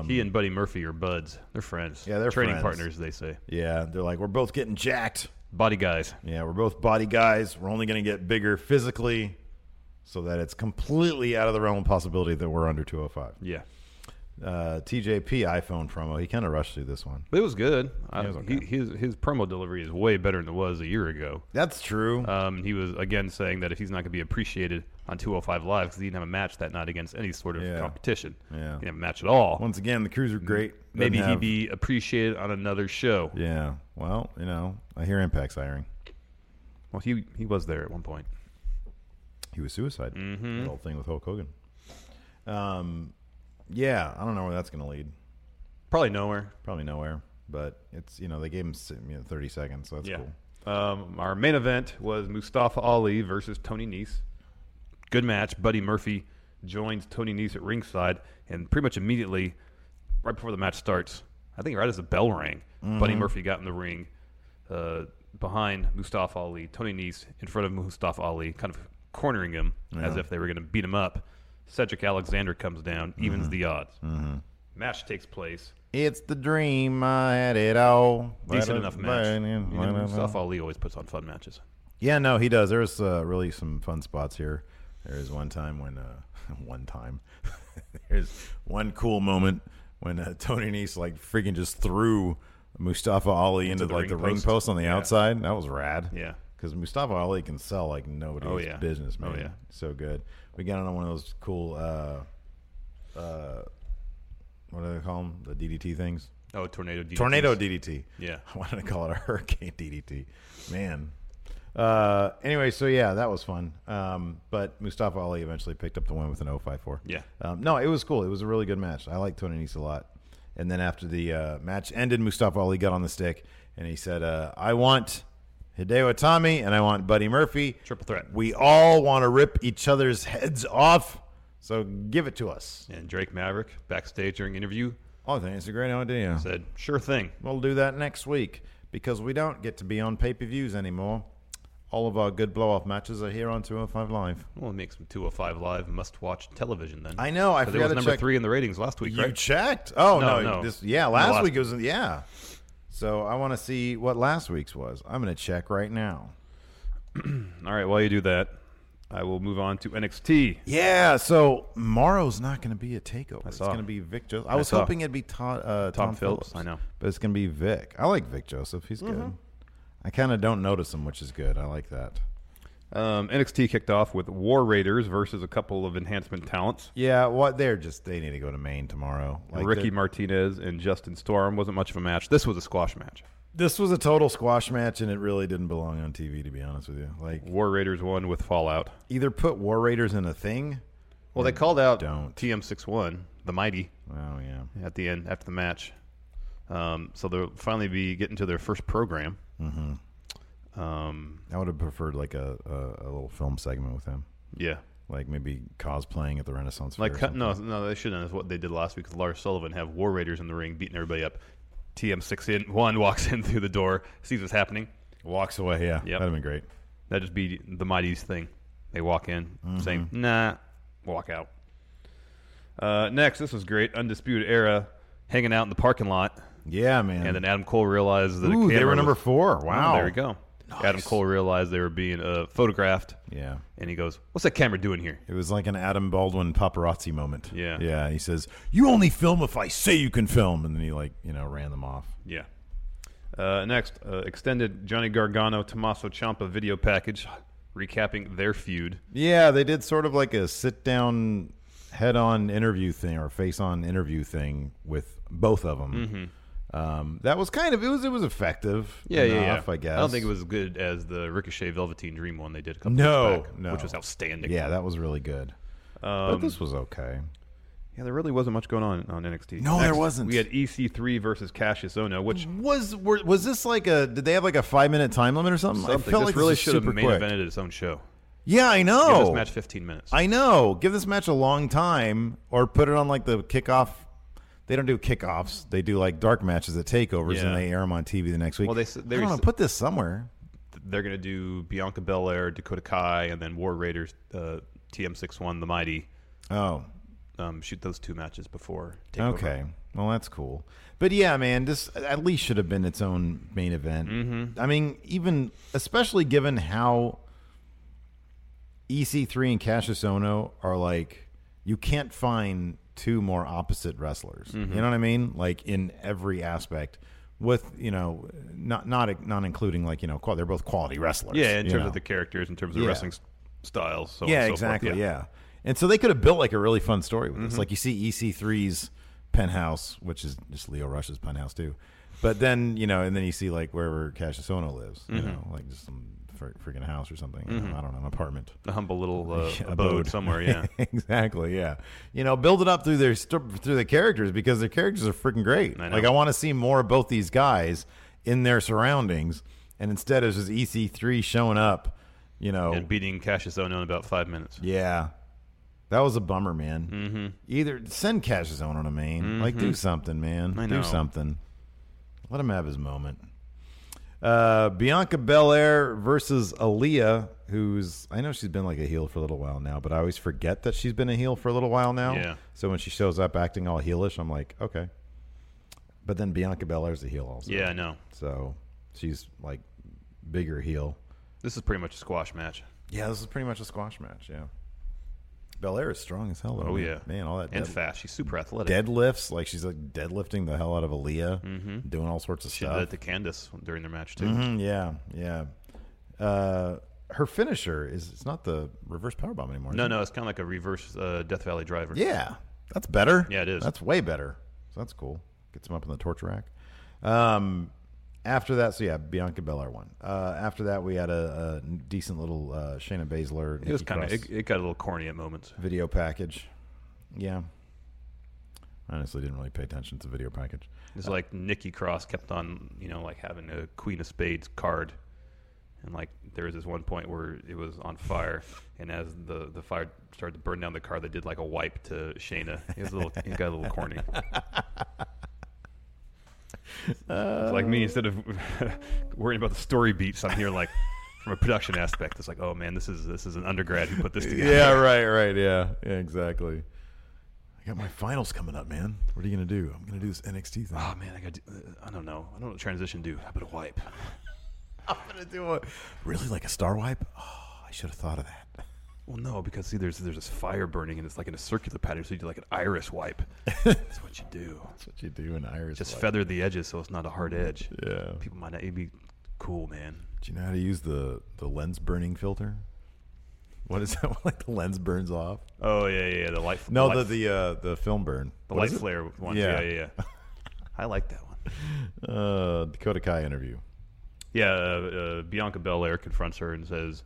[SPEAKER 7] he and Buddy Murphy are buds. They're friends.
[SPEAKER 6] Yeah, they're
[SPEAKER 7] training
[SPEAKER 6] friends.
[SPEAKER 7] partners. They say
[SPEAKER 6] Yeah, they're like, we're both getting jacked.
[SPEAKER 7] body guys.
[SPEAKER 6] Yeah, we're both body guys. We're only going to get bigger physically, so that it's completely out of the realm of possibility that we're under 205.
[SPEAKER 7] Yeah,
[SPEAKER 6] Uh, TJP iPhone promo. He kind of rushed through this one.
[SPEAKER 7] but it was good. I,
[SPEAKER 6] it was
[SPEAKER 7] he-
[SPEAKER 6] okay.
[SPEAKER 7] his his promo delivery is way better than it was a year ago.
[SPEAKER 6] That's true.
[SPEAKER 7] Um, he was again saying that if he's not going to be appreciated on 205 Live because he didn't have a match that night against any sort of
[SPEAKER 6] Yeah.
[SPEAKER 7] competition,
[SPEAKER 6] Yeah.
[SPEAKER 7] he didn't have a match at all.
[SPEAKER 6] Once again, the crews are great. Doesn't
[SPEAKER 7] Mm-hmm. Maybe
[SPEAKER 6] have-
[SPEAKER 7] he'd be appreciated on another show.
[SPEAKER 6] Yeah. Well, you know, I hear Impact's hiring.
[SPEAKER 7] Well, he he was there at one point.
[SPEAKER 6] He was suicide.
[SPEAKER 7] Mm-hmm.
[SPEAKER 6] That whole thing with Hulk Hogan. Um, yeah, I don't know where that's going to lead.
[SPEAKER 7] Probably nowhere.
[SPEAKER 6] Probably nowhere. But it's you know they gave him s- you know, thirty seconds, so that's cool.
[SPEAKER 7] Um, our main event was Mustafa Ali versus Tony Nese. Good match. Buddy Murphy joins Tony Nese at ringside, and pretty much immediately, right before the match starts, I think right as the bell rang, Buddy Murphy got in the ring uh, behind Mustafa Ali, Tony Nese in front of Mustafa Ali, kind of cornering him as if they were going to beat him up. Cedric Alexander comes down, evens the odds. Match takes place.
[SPEAKER 6] It's the dream. I had it all.
[SPEAKER 7] Decent enough match. You know, Mustafa Ali always puts on fun matches.
[SPEAKER 6] Yeah, no, he does. There's uh, really some fun spots here. There is one time when, uh, [laughs] one time, there's one cool moment when uh, Tony Nese like freaking just threw Mustafa Ali into,
[SPEAKER 7] the
[SPEAKER 6] like
[SPEAKER 7] ring
[SPEAKER 6] the ring
[SPEAKER 7] post.
[SPEAKER 6] post on the outside. That was rad.
[SPEAKER 7] Yeah.
[SPEAKER 6] because Mustafa Ali can sell like nobody's
[SPEAKER 7] Oh, yeah.
[SPEAKER 6] business, man.
[SPEAKER 7] Oh, yeah.
[SPEAKER 6] so good. We got on one of those cool, uh, uh, what do they call them? The DDT things.
[SPEAKER 7] Oh, tornado. DDTs.
[SPEAKER 6] Tornado DDT.
[SPEAKER 7] Yeah.
[SPEAKER 6] [laughs] I wanted to call it a hurricane [laughs] DDT. Man. Uh, anyway, so yeah, that was fun. Um, but Mustafa Ali eventually picked up the win with an 054.
[SPEAKER 7] Yeah.
[SPEAKER 6] Um, no, it was cool. It was a really good match. I like Tony Nese a lot. And then after the uh, match ended, Mustafa Ali got on the stick and he said, uh, I want Hideo Itami and I want Buddy Murphy.
[SPEAKER 7] Triple threat.
[SPEAKER 6] We all want to rip each other's heads off. So give it to us.
[SPEAKER 7] And Drake Maverick backstage during interview
[SPEAKER 6] Oh, I think it's a great idea.
[SPEAKER 7] said, "Sure thing."
[SPEAKER 6] We'll do that next week because we don't get to be on pay per views anymore. All of our good blow off matches are here on 205 Live.
[SPEAKER 7] Well, it makes him 205 Live must watch television then.
[SPEAKER 6] I know, I
[SPEAKER 7] 'Cause it
[SPEAKER 6] forgot
[SPEAKER 7] was
[SPEAKER 6] to
[SPEAKER 7] number
[SPEAKER 6] check-
[SPEAKER 7] three in the ratings last week,
[SPEAKER 6] You
[SPEAKER 7] right?
[SPEAKER 6] checked? Oh no,
[SPEAKER 7] No, no.
[SPEAKER 6] This, yeah,
[SPEAKER 7] No,
[SPEAKER 6] last,
[SPEAKER 7] last-
[SPEAKER 6] week it was yeah. So I want to see what last week's was. I'm gonna check right now.
[SPEAKER 7] All right, while you do that, I will move on to NXT.
[SPEAKER 6] Yeah, so Morrow's not gonna be a takeover. It's
[SPEAKER 7] saw.
[SPEAKER 6] gonna be Vic Joseph. I was
[SPEAKER 7] saw.
[SPEAKER 6] hoping it'd be Todd, uh, Tom,
[SPEAKER 7] Phillips, I know. Mm-hmm.
[SPEAKER 6] but it's gonna be Vic. I like Vic Joseph. He's good. I kind of don't notice him, which is good. I like that.
[SPEAKER 7] Um, NXT kicked off with War Raiders versus a couple of enhancement talents.
[SPEAKER 6] Yeah, what they're just they need to go to Maine tomorrow. Like
[SPEAKER 7] Ricky
[SPEAKER 6] they're-
[SPEAKER 7] Martinez and Justin Storm wasn't much of a match. This was a squash match.
[SPEAKER 6] this was a total squash match, and it really didn't belong on TV. To be honest with you, like
[SPEAKER 7] War Raiders won with Fallout.
[SPEAKER 6] either put War Raiders in a thing.
[SPEAKER 7] Well, they called out
[SPEAKER 6] don't.
[SPEAKER 7] TM61, the Mighty,
[SPEAKER 6] Oh yeah.
[SPEAKER 7] at the end after the match. Um, so they'll finally be getting to their first program.
[SPEAKER 6] I would have preferred like a, a, a little film segment with him,
[SPEAKER 7] Yeah,
[SPEAKER 6] like maybe cosplaying at the Renaissance Fair.
[SPEAKER 7] like
[SPEAKER 6] or
[SPEAKER 7] cut- no,
[SPEAKER 6] something.
[SPEAKER 7] no, they shouldn't. That's what they did last week. with Lars Sullivan have War Raiders in the ring beating everybody up. TM61 walks [laughs] in through the door, sees what's happening.
[SPEAKER 6] walks away. Yeah,
[SPEAKER 7] Yep.
[SPEAKER 6] that'd have been great.
[SPEAKER 7] That'd just be the Mighty's thing. They walk in,
[SPEAKER 6] Mm-hmm.
[SPEAKER 7] saying, nah, walk out. Uh, next, this was great. Undisputed Era hanging out in the parking lot.
[SPEAKER 6] Yeah, man.
[SPEAKER 7] And then Adam Cole realized that a
[SPEAKER 6] Ooh, they
[SPEAKER 7] camera
[SPEAKER 6] were number
[SPEAKER 7] was-
[SPEAKER 6] four. Wow,
[SPEAKER 7] Oh, there we go. Adam Cole realized they were being uh, photographed,
[SPEAKER 6] Yeah,
[SPEAKER 7] and he goes, "What's that camera doing here?"
[SPEAKER 6] it was like an Adam Baldwin paparazzi moment.
[SPEAKER 7] Yeah.
[SPEAKER 6] yeah. He says, "You only film if I say you can film," and then he like you know ran them off.
[SPEAKER 7] Yeah. Uh, next, uh, extended Johnny Gargano Tommaso Ciampa video package, recapping their feud.
[SPEAKER 6] Yeah, they did sort of like a sit down, head on interview thing or face on interview thing with both of them. Um, that was kind of it was it was effective. enough, I guess
[SPEAKER 7] I don't think it was as good as the Ricochet Velveteen Dream one they did a couple
[SPEAKER 6] No,
[SPEAKER 7] weeks back,
[SPEAKER 6] no.
[SPEAKER 7] which was outstanding.
[SPEAKER 6] Yeah, that was really good. but this was okay.
[SPEAKER 7] yeah, there really wasn't much going on on NXT.
[SPEAKER 6] No, there
[SPEAKER 7] Next,
[SPEAKER 6] wasn't. Mm-hmm.
[SPEAKER 7] We had EC3 versus Cassius Ohno, which
[SPEAKER 6] Was were, was this like a? Did they have like a five minute time limit or something?
[SPEAKER 7] something.
[SPEAKER 6] I felt
[SPEAKER 7] this
[SPEAKER 6] like
[SPEAKER 7] really
[SPEAKER 6] this was
[SPEAKER 7] should have
[SPEAKER 6] super
[SPEAKER 7] main
[SPEAKER 6] quick.
[SPEAKER 7] evented its own show.
[SPEAKER 6] Yeah, I
[SPEAKER 7] Give
[SPEAKER 6] know.
[SPEAKER 7] this match 15 minutes.
[SPEAKER 6] I know. Give this match a long time, or put it on like the kickoff. They don't do kickoffs. They do like dark matches at takeovers,
[SPEAKER 7] Yeah.
[SPEAKER 6] and they air them on TV the next week.
[SPEAKER 7] Well, they s- they
[SPEAKER 6] I don't know,
[SPEAKER 7] s-
[SPEAKER 6] put this somewhere.
[SPEAKER 7] they're going to do Bianca Belair, Dakota Kai, and then War Raiders, uh, TM61, The Mighty.
[SPEAKER 6] Oh,
[SPEAKER 7] Um, shoot those two matches before. Takeover.
[SPEAKER 6] okay. Well, that's cool. But yeah, man, this at least should have been its own main event. Mm-hmm. I mean, even especially given how EC3 and Cassius Ohno are like, you can't find two more opposite wrestlers.
[SPEAKER 7] Mm-hmm.
[SPEAKER 6] You know what I mean? Like in every aspect. With you know, not not not including like you know, qual- they're both quality wrestlers.
[SPEAKER 7] Yeah, in
[SPEAKER 6] you
[SPEAKER 7] terms
[SPEAKER 6] know.
[SPEAKER 7] of the characters, in terms of
[SPEAKER 6] Yeah.
[SPEAKER 7] wrestling s- styles. So on
[SPEAKER 6] yeah,
[SPEAKER 7] and so forth. Mm-hmm.
[SPEAKER 6] exactly. Yeah. And so they could have built like a really fun story with this. Like you see EC3's penthouse, which is just Leo Rush's penthouse too. But then you know, and then you see like wherever Cassius Ohno lives,
[SPEAKER 7] Mm-hmm.
[SPEAKER 6] you know, like just some fr- freaking house or something. you know, I don't know, an apartment
[SPEAKER 7] A humble little uh,
[SPEAKER 6] [laughs] Yeah,
[SPEAKER 7] abode, somewhere.
[SPEAKER 6] [laughs]
[SPEAKER 7] Yeah.
[SPEAKER 6] exactly. Yeah, you know, build it up through their st- through the characters because their characters are freaking great.
[SPEAKER 7] I know.
[SPEAKER 6] like I want to see more of both these guys in their surroundings, and instead of just EC3 showing up, you know,
[SPEAKER 7] and beating Cassius Ohno in about five minutes.
[SPEAKER 6] Yeah. That was a bummer, man. Mm-hmm. Either send Cash's own on a main. Like, do something, man.
[SPEAKER 7] Mm-hmm. I know.
[SPEAKER 6] Do something. Let him have his moment. Uh, Bianca Belair versus Aaliyah, who's, I know she's been like a heel for a little while now, but I always forget that she's been a heel for a little while now.
[SPEAKER 7] Yeah.
[SPEAKER 6] So when she shows up acting all heelish, I'm like, okay. But then Bianca Belair's a heel also.
[SPEAKER 7] Yeah, I know.
[SPEAKER 6] So she's like bigger heel.
[SPEAKER 7] This is pretty much a squash match.
[SPEAKER 6] Yeah, this is pretty much a squash match. Yeah, Belair is strong as hell. Though,
[SPEAKER 7] Oh
[SPEAKER 6] man.
[SPEAKER 7] yeah,
[SPEAKER 6] man, all that
[SPEAKER 7] and
[SPEAKER 6] dead-
[SPEAKER 7] fast. She's super athletic.
[SPEAKER 6] deadlifts. Like she's like deadlifting the hell out of Aaliyah, doing all sorts of
[SPEAKER 7] She did
[SPEAKER 6] stuff.
[SPEAKER 7] that to Candace during their match too.
[SPEAKER 6] Mhm, [clears throat] yeah, yeah. Uh, her finisher is it's not the reverse powerbomb anymore. is
[SPEAKER 7] No,
[SPEAKER 6] it?
[SPEAKER 7] no, it's kind of like a reverse uh, Death Valley driver.
[SPEAKER 6] Yeah, that's better.
[SPEAKER 7] Yeah, it is.
[SPEAKER 6] That's way better. So that's cool. Gets him up in the torch rack. Um, after that, so yeah, Bianca Belair won. Uh, after that, we had a, a decent little uh, Shayna Baszler.
[SPEAKER 7] it was
[SPEAKER 6] Nikki
[SPEAKER 7] kind of
[SPEAKER 6] Cross.
[SPEAKER 7] it, it got a little corny at moments.
[SPEAKER 6] video package. Yeah. I honestly didn't really pay attention to the video package.
[SPEAKER 7] It's like Nikki Cross kept on, you know, like having a Queen of Spades card, and like there was this one point where it was on fire, and as the the fire started to burn down the card, they did like a wipe to Shayna. It was a little, it got a little corny. [laughs] it's like me instead of worrying about the story beats, I'm here like, from a production aspect. It's like, oh man, this is this is an undergrad who put this together.
[SPEAKER 6] [laughs] yeah, right, right, yeah, yeah, exactly. I got my finals coming up, man. What are you gonna do? I'm gonna do this NXT thing.
[SPEAKER 7] Oh man, I got. I don't know. I don't know what transition do. How about a wipe?
[SPEAKER 6] I'm [laughs] gonna do it. Really, like a star wipe? Oh, I should have thought of that. [laughs]
[SPEAKER 7] Well, no, because see, there's there's this fire burning, and it's like in a circular pattern. So you do like an iris [laughs] wipe. That's what you do.
[SPEAKER 6] That's what you do in Irish.
[SPEAKER 7] Just
[SPEAKER 6] wipe.
[SPEAKER 7] feather the edges so it's not a hard edge.
[SPEAKER 6] Yeah.
[SPEAKER 7] People might not. It'd be cool, man.
[SPEAKER 6] Do you know how to use the the lens burning filter? What is [laughs] that? Like the lens burns off?
[SPEAKER 7] Oh yeah, yeah. The light.
[SPEAKER 6] No,
[SPEAKER 7] light,
[SPEAKER 6] the the uh, the film burn.
[SPEAKER 7] the
[SPEAKER 6] What
[SPEAKER 7] light
[SPEAKER 6] is it?
[SPEAKER 7] flare one.
[SPEAKER 6] Yeah.
[SPEAKER 7] Yeah, yeah,
[SPEAKER 6] [laughs]
[SPEAKER 7] yeah. I like that one.
[SPEAKER 6] Uh, Dakota Kai interview.
[SPEAKER 7] Yeah, uh, uh, Bianca Belair confronts her and says,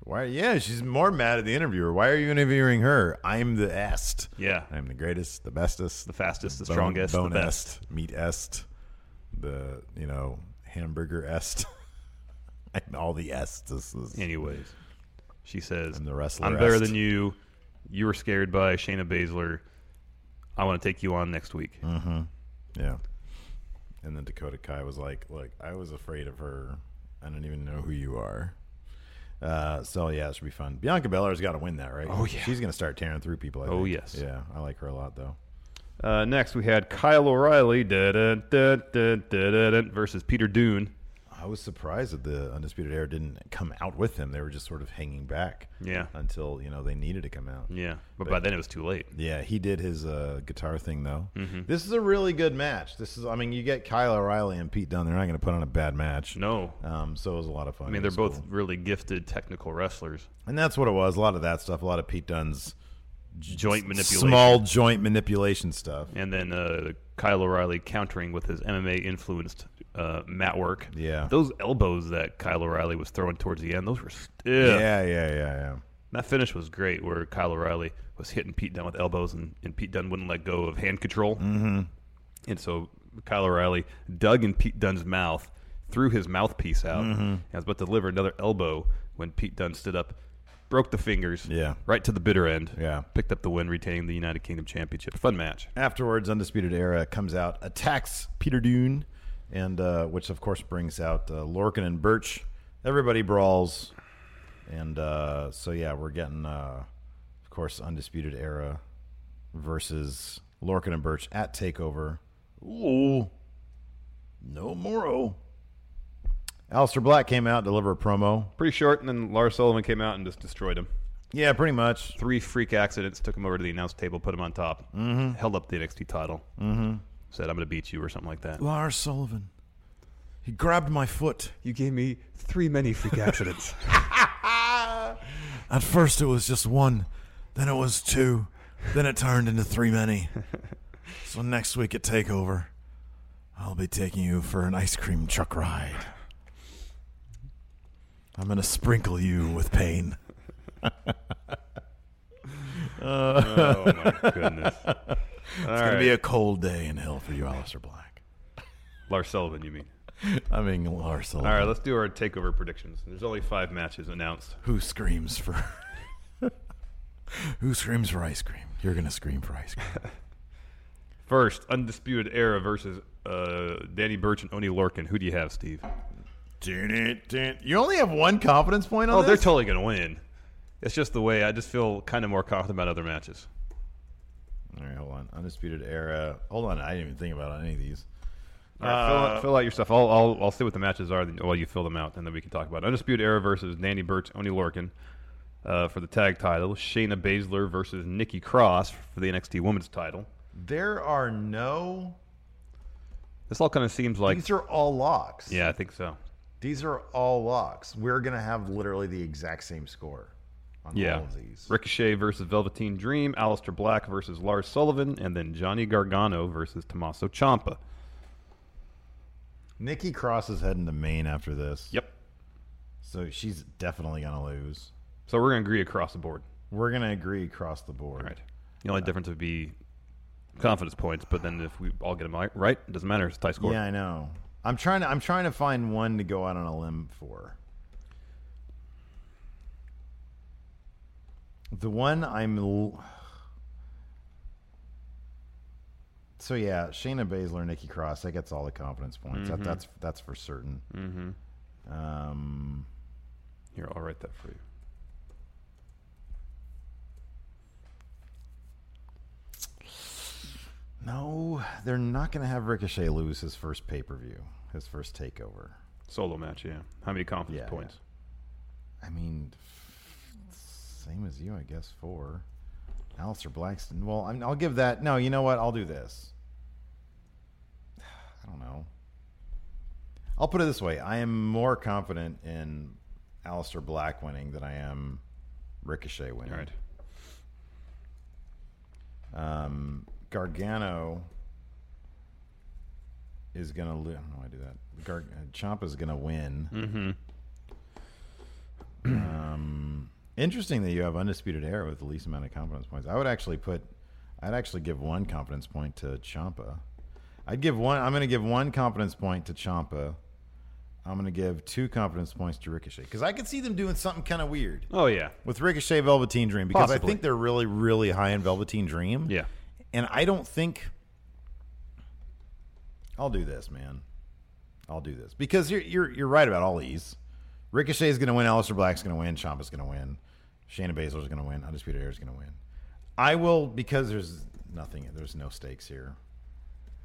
[SPEAKER 6] Why? Yeah, she's more mad at the interviewer. Why are you interviewing her? I'm the est.
[SPEAKER 7] "Yeah,
[SPEAKER 6] I'm the greatest, the bestest,
[SPEAKER 7] the fastest, the
[SPEAKER 6] bone-
[SPEAKER 7] strongest, the
[SPEAKER 6] bone
[SPEAKER 7] best."
[SPEAKER 6] est, meat est, the you know hamburger est. [laughs] I'm all the est. This is
[SPEAKER 7] Anyways, she says,
[SPEAKER 6] I'm the wrestler
[SPEAKER 7] I'm better
[SPEAKER 6] est."
[SPEAKER 7] than you. You were scared by Shayna Baszler. I want to take you on next week."
[SPEAKER 6] yeah. And then Dakota Kai was like, "Look, I was afraid of her. I don't even know who you are." Uh, so yeah, it should be fun. Bianca Belair's got to win that, right? Oh yeah, she's gonna start tearing through people. I
[SPEAKER 7] Oh,
[SPEAKER 6] think.
[SPEAKER 7] yes.
[SPEAKER 6] yeah. I like her a lot though.
[SPEAKER 7] Uh, next, we had Kyle O'Reilly dun, dun, dun, dun, dun, dun, versus Peter Dune.
[SPEAKER 6] I was surprised that the Undisputed Era didn't come out with him. They were just sort of hanging back.
[SPEAKER 7] Yeah.
[SPEAKER 6] Until, you know, they needed to come out.
[SPEAKER 7] Yeah, but by then it was too late.
[SPEAKER 6] Yeah, he did his uh, guitar thing though.
[SPEAKER 7] Mm-hmm.
[SPEAKER 6] This is a really good match. This is I mean, you get Kyle O'Reilly and Pete Dunne, they're not gonna put on a bad match.
[SPEAKER 7] No,
[SPEAKER 6] Um, so it was a lot of fun.
[SPEAKER 7] I mean
[SPEAKER 6] It
[SPEAKER 7] they're
[SPEAKER 6] was
[SPEAKER 7] both
[SPEAKER 6] cool.
[SPEAKER 7] really gifted technical wrestlers.
[SPEAKER 6] and that's what it was. A lot of that stuff, a lot of Pete Dunne's
[SPEAKER 7] Joint manipulation.
[SPEAKER 6] small joint manipulation stuff.
[SPEAKER 7] and then uh, Kyle O'Reilly countering with his MMA influenced uh, mat work.
[SPEAKER 6] Yeah.
[SPEAKER 7] those elbows that Kyle O'Reilly was throwing towards the end, those were stiff.
[SPEAKER 6] yeah, yeah, yeah. yeah.
[SPEAKER 7] That finish was great, where Kyle O'Reilly was hitting Pete Dunne with elbows, and, and Pete Dunne wouldn't let go of hand control. Mm-hmm. And so Kyle O'Reilly dug in Pete Dunne's mouth, threw his mouthpiece out, and was about to deliver another elbow when Pete Dunne stood up, broke the fingers,
[SPEAKER 6] Yeah.
[SPEAKER 7] right to the bitter end,
[SPEAKER 6] Yeah.
[SPEAKER 7] picked up the win, retaining the United Kingdom Championship. Fun match.
[SPEAKER 6] afterwards, Undisputed Era comes out, attacks Peter Dune, and uh, which of course brings out uh, Lorcan and Birch. Everybody brawls, and uh, so yeah, we're getting, uh, of course, Undisputed Era versus Lorcan and Birch at Takeover. Ooh, no Moro. Alistair Black came out, deliver a promo.
[SPEAKER 7] Pretty short, and then Lars Sullivan came out and just destroyed him.
[SPEAKER 6] Yeah, pretty much.
[SPEAKER 7] Three freak accidents took him over to the announce table, put him on top, mm-hmm. held up the NXT title, mm-hmm. said, "I'm going to beat you" or something like that.
[SPEAKER 6] Lars Sullivan. He grabbed my foot.
[SPEAKER 7] You gave me three many freak accidents.
[SPEAKER 6] At first, it was just one, then it was two, then it turned into three many. so next week at Takeover, I'll be taking you for an ice cream truck ride. I'm gonna sprinkle you with
[SPEAKER 7] [laughs]
[SPEAKER 6] pain. Uh,
[SPEAKER 7] oh my goodness!
[SPEAKER 6] [laughs] it's gonna be a cold day in hell for you, Alistair Black.
[SPEAKER 7] Lars Sullivan, you mean?
[SPEAKER 6] I mean, Lars
[SPEAKER 7] All right, let's do our takeover predictions. There's only five matches announced.
[SPEAKER 6] who screams for [laughs] who screams for ice cream? You're gonna scream for ice cream.
[SPEAKER 7] First, Undisputed Era versus uh, Danny Burch and Oni Lorcan. Who do you have, Steve?
[SPEAKER 6] You only have one confidence point on
[SPEAKER 7] Oh, they're totally going to win. It's just the way I just feel kind of more confident about other matches.
[SPEAKER 6] All right, hold on. Undisputed Era. Hold on, I didn't even think about any of these.
[SPEAKER 7] All right, fill,
[SPEAKER 6] Uh,
[SPEAKER 7] out, fill out your stuff. I'll, I'll, I'll see what the matches are while you fill them out, and then we can talk about it. Undisputed Era versus Danny Burch, Oni Lorcan uh, for the tag title. Shayna Baszler versus Nikki Cross for the NXT Women's title.
[SPEAKER 6] There are no.
[SPEAKER 7] This all kind of seems like.
[SPEAKER 6] These are all locks.
[SPEAKER 7] yeah, I think so.
[SPEAKER 6] These are all locks. We're gonna have literally the exact same score on
[SPEAKER 7] Yeah.
[SPEAKER 6] all of these.
[SPEAKER 7] Ricochet versus Velveteen Dream, Aleister Black versus Lars Sullivan, and then Johnny Gargano versus Tommaso Ciampa.
[SPEAKER 6] Nikki Cross is heading to Maine after this.
[SPEAKER 7] Yep.
[SPEAKER 6] So she's definitely gonna lose.
[SPEAKER 7] So we're going to agree across the board.
[SPEAKER 6] We're gonna agree across the board.
[SPEAKER 7] All right. The only difference would be confidence points, but then if we all get them right, right, it doesn't matter. It's a tie score.
[SPEAKER 6] Yeah, I know. I'm trying to. I'm trying to find one to go out on a limb for. The one I'm. L- so yeah, Shayna Baszler, Nikki Cross. That gets all the confidence points. That, that's that's for certain. Mm-hmm. Um,
[SPEAKER 7] Here, I'll write that for you.
[SPEAKER 6] No, they're not going to have Ricochet lose his first pay per view, his first takeover.
[SPEAKER 7] Solo match, yeah. How many confidence
[SPEAKER 6] Yeah,
[SPEAKER 7] points?
[SPEAKER 6] I mean, same as you, I guess. Four. Alistair Blackston. Well, I'm, I'll give that. No, you know what? I'll do this. [sighs] I don't know. I'll put it this way: I am more confident in Alistair Black winning than I am Ricochet winning.
[SPEAKER 7] All right.
[SPEAKER 6] Um, Gargano is gonna lose. How do I do that? Gar- Champa's gonna win. Mm-hmm. um, interesting that you have undisputed air with the least amount of confidence points. I would actually put. I'd actually give one confidence point to Champa. I'd give one. I'm gonna give one confidence point to Champa. I'm gonna give two confidence points to Ricochet because I could see them doing something kind of weird
[SPEAKER 7] Oh, yeah.
[SPEAKER 6] with Ricochet Velveteen Dream because I
[SPEAKER 7] Possibly.
[SPEAKER 6] think they're really, really high in Velveteen Dream.
[SPEAKER 7] Yeah.
[SPEAKER 6] And I don't think I'll do this, man. I'll do this because you're you're you're right about all these. Ricochet is going to win. Aleister Black's going to win. Ciampa's going to win. Shayna Baszler is going to win. Undisputed Air is going to win. I will because there's nothing. There's no stakes here.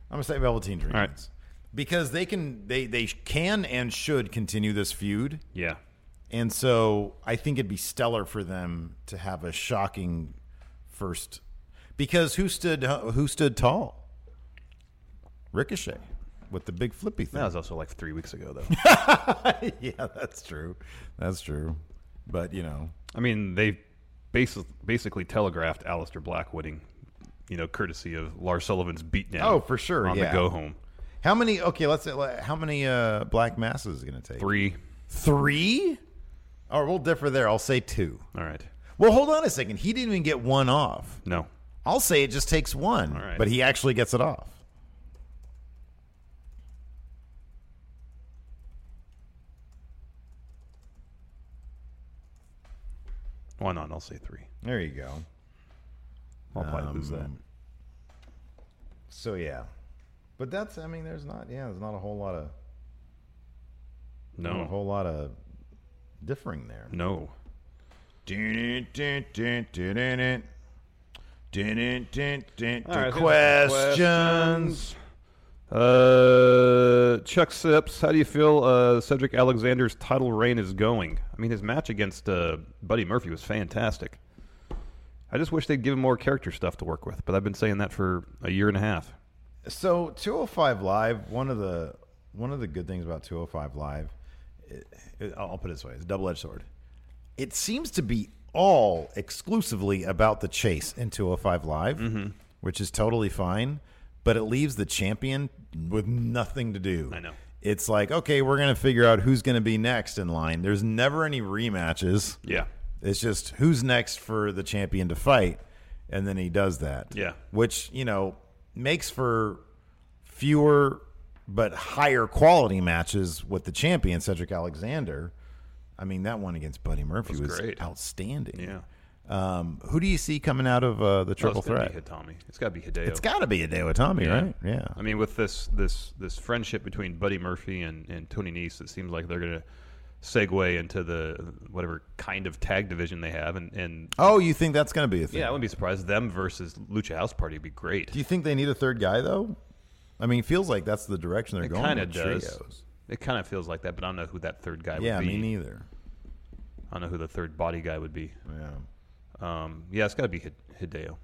[SPEAKER 6] I'm going to say Velveteen Dream
[SPEAKER 7] All right.
[SPEAKER 6] wins. because they can they they can and should continue this feud.
[SPEAKER 7] Yeah.
[SPEAKER 6] And so I think it'd be stellar for them to have a shocking first because who stood who stood tall? Ricochet with the big flippy thing.
[SPEAKER 7] also like three weeks ago,
[SPEAKER 6] [laughs]
[SPEAKER 7] though.
[SPEAKER 6] yeah, that's true. That's true. But, you know,
[SPEAKER 7] [laughs] I mean, they basi- basically telegraphed Alistair Black winning, you know, courtesy of Lars Sullivan's beatdown.
[SPEAKER 6] Oh, for sure,
[SPEAKER 7] On
[SPEAKER 6] yeah.
[SPEAKER 7] the go home.
[SPEAKER 6] how many okay, let's say like, how many uh black masses is it going to take?
[SPEAKER 7] Three.
[SPEAKER 6] 3? All right, we'll differ there. I'll say 2.
[SPEAKER 7] All right.
[SPEAKER 6] Well, hold on a second. He didn't even get one off.
[SPEAKER 7] No.
[SPEAKER 6] I'll say it just takes one,
[SPEAKER 7] All right.
[SPEAKER 6] but he actually gets it off.
[SPEAKER 7] Why not? I'll say three.
[SPEAKER 6] There you go.
[SPEAKER 7] I'll probably lose that.
[SPEAKER 6] Um, So yeah, but that's I mean, there's not yeah, there's not a whole lot of not a
[SPEAKER 7] No.
[SPEAKER 6] whole lot of differing there.
[SPEAKER 7] No.
[SPEAKER 6] questions.
[SPEAKER 7] Uh, Chuck Sips, how do you feel uh, Cedric Alexander's title reign is going? I mean, his match against uh, Buddy Murphy was fantastic. I just wish they'd give him more character stuff to work with, but I've been saying that for a year and a half.
[SPEAKER 6] So 205 Live, one of the one of the good things about 205 Live, it, it- I'll I'll put it this way, it's a double-edged sword. It seems to be all exclusively about the chase in 205 Live,
[SPEAKER 7] Mm-hmm.
[SPEAKER 6] which is totally fine, but it leaves the champion with nothing to do.
[SPEAKER 7] I know.
[SPEAKER 6] It's like, okay, we're going to figure out who's going to be next in line. There's never any rematches.
[SPEAKER 7] Yeah.
[SPEAKER 6] It's just who's next for the champion to fight, and then he does that.
[SPEAKER 7] Yeah.
[SPEAKER 6] which you know makes for fewer but higher quality matches with the champion Cedric Alexander. I mean, that one against Buddy Murphy was,
[SPEAKER 7] was great.
[SPEAKER 6] outstanding.
[SPEAKER 7] Yeah.
[SPEAKER 6] Um, who do you see coming out of uh, the
[SPEAKER 7] Oh,
[SPEAKER 6] triple
[SPEAKER 7] it's gotta
[SPEAKER 6] threat?
[SPEAKER 7] Be Hitami. It's got to be Hideo.
[SPEAKER 6] It's got to be a day with Tommy, right? Yeah.
[SPEAKER 7] I mean, with this this this friendship between Buddy Murphy and, and Tony Nese, it seems like they're gonna segue into the whatever kind of tag division they have, and, and
[SPEAKER 6] oh, you think that's going to be a thing?
[SPEAKER 7] yeah, I wouldn't be surprised. Them versus Lucha House Party would be great.
[SPEAKER 6] Do you think they need a third guy though? I mean, it feels like that's the direction they're
[SPEAKER 7] It
[SPEAKER 6] going.
[SPEAKER 7] kind of
[SPEAKER 6] with
[SPEAKER 7] does.
[SPEAKER 6] trios.
[SPEAKER 7] It kind of feels like that, but I don't know who that third guy
[SPEAKER 6] Yeah,
[SPEAKER 7] would be.
[SPEAKER 6] me neither.
[SPEAKER 7] I don't know who the third body guy would be.
[SPEAKER 6] Yeah.
[SPEAKER 7] Um, yeah, it's got to be Hid- Hideo.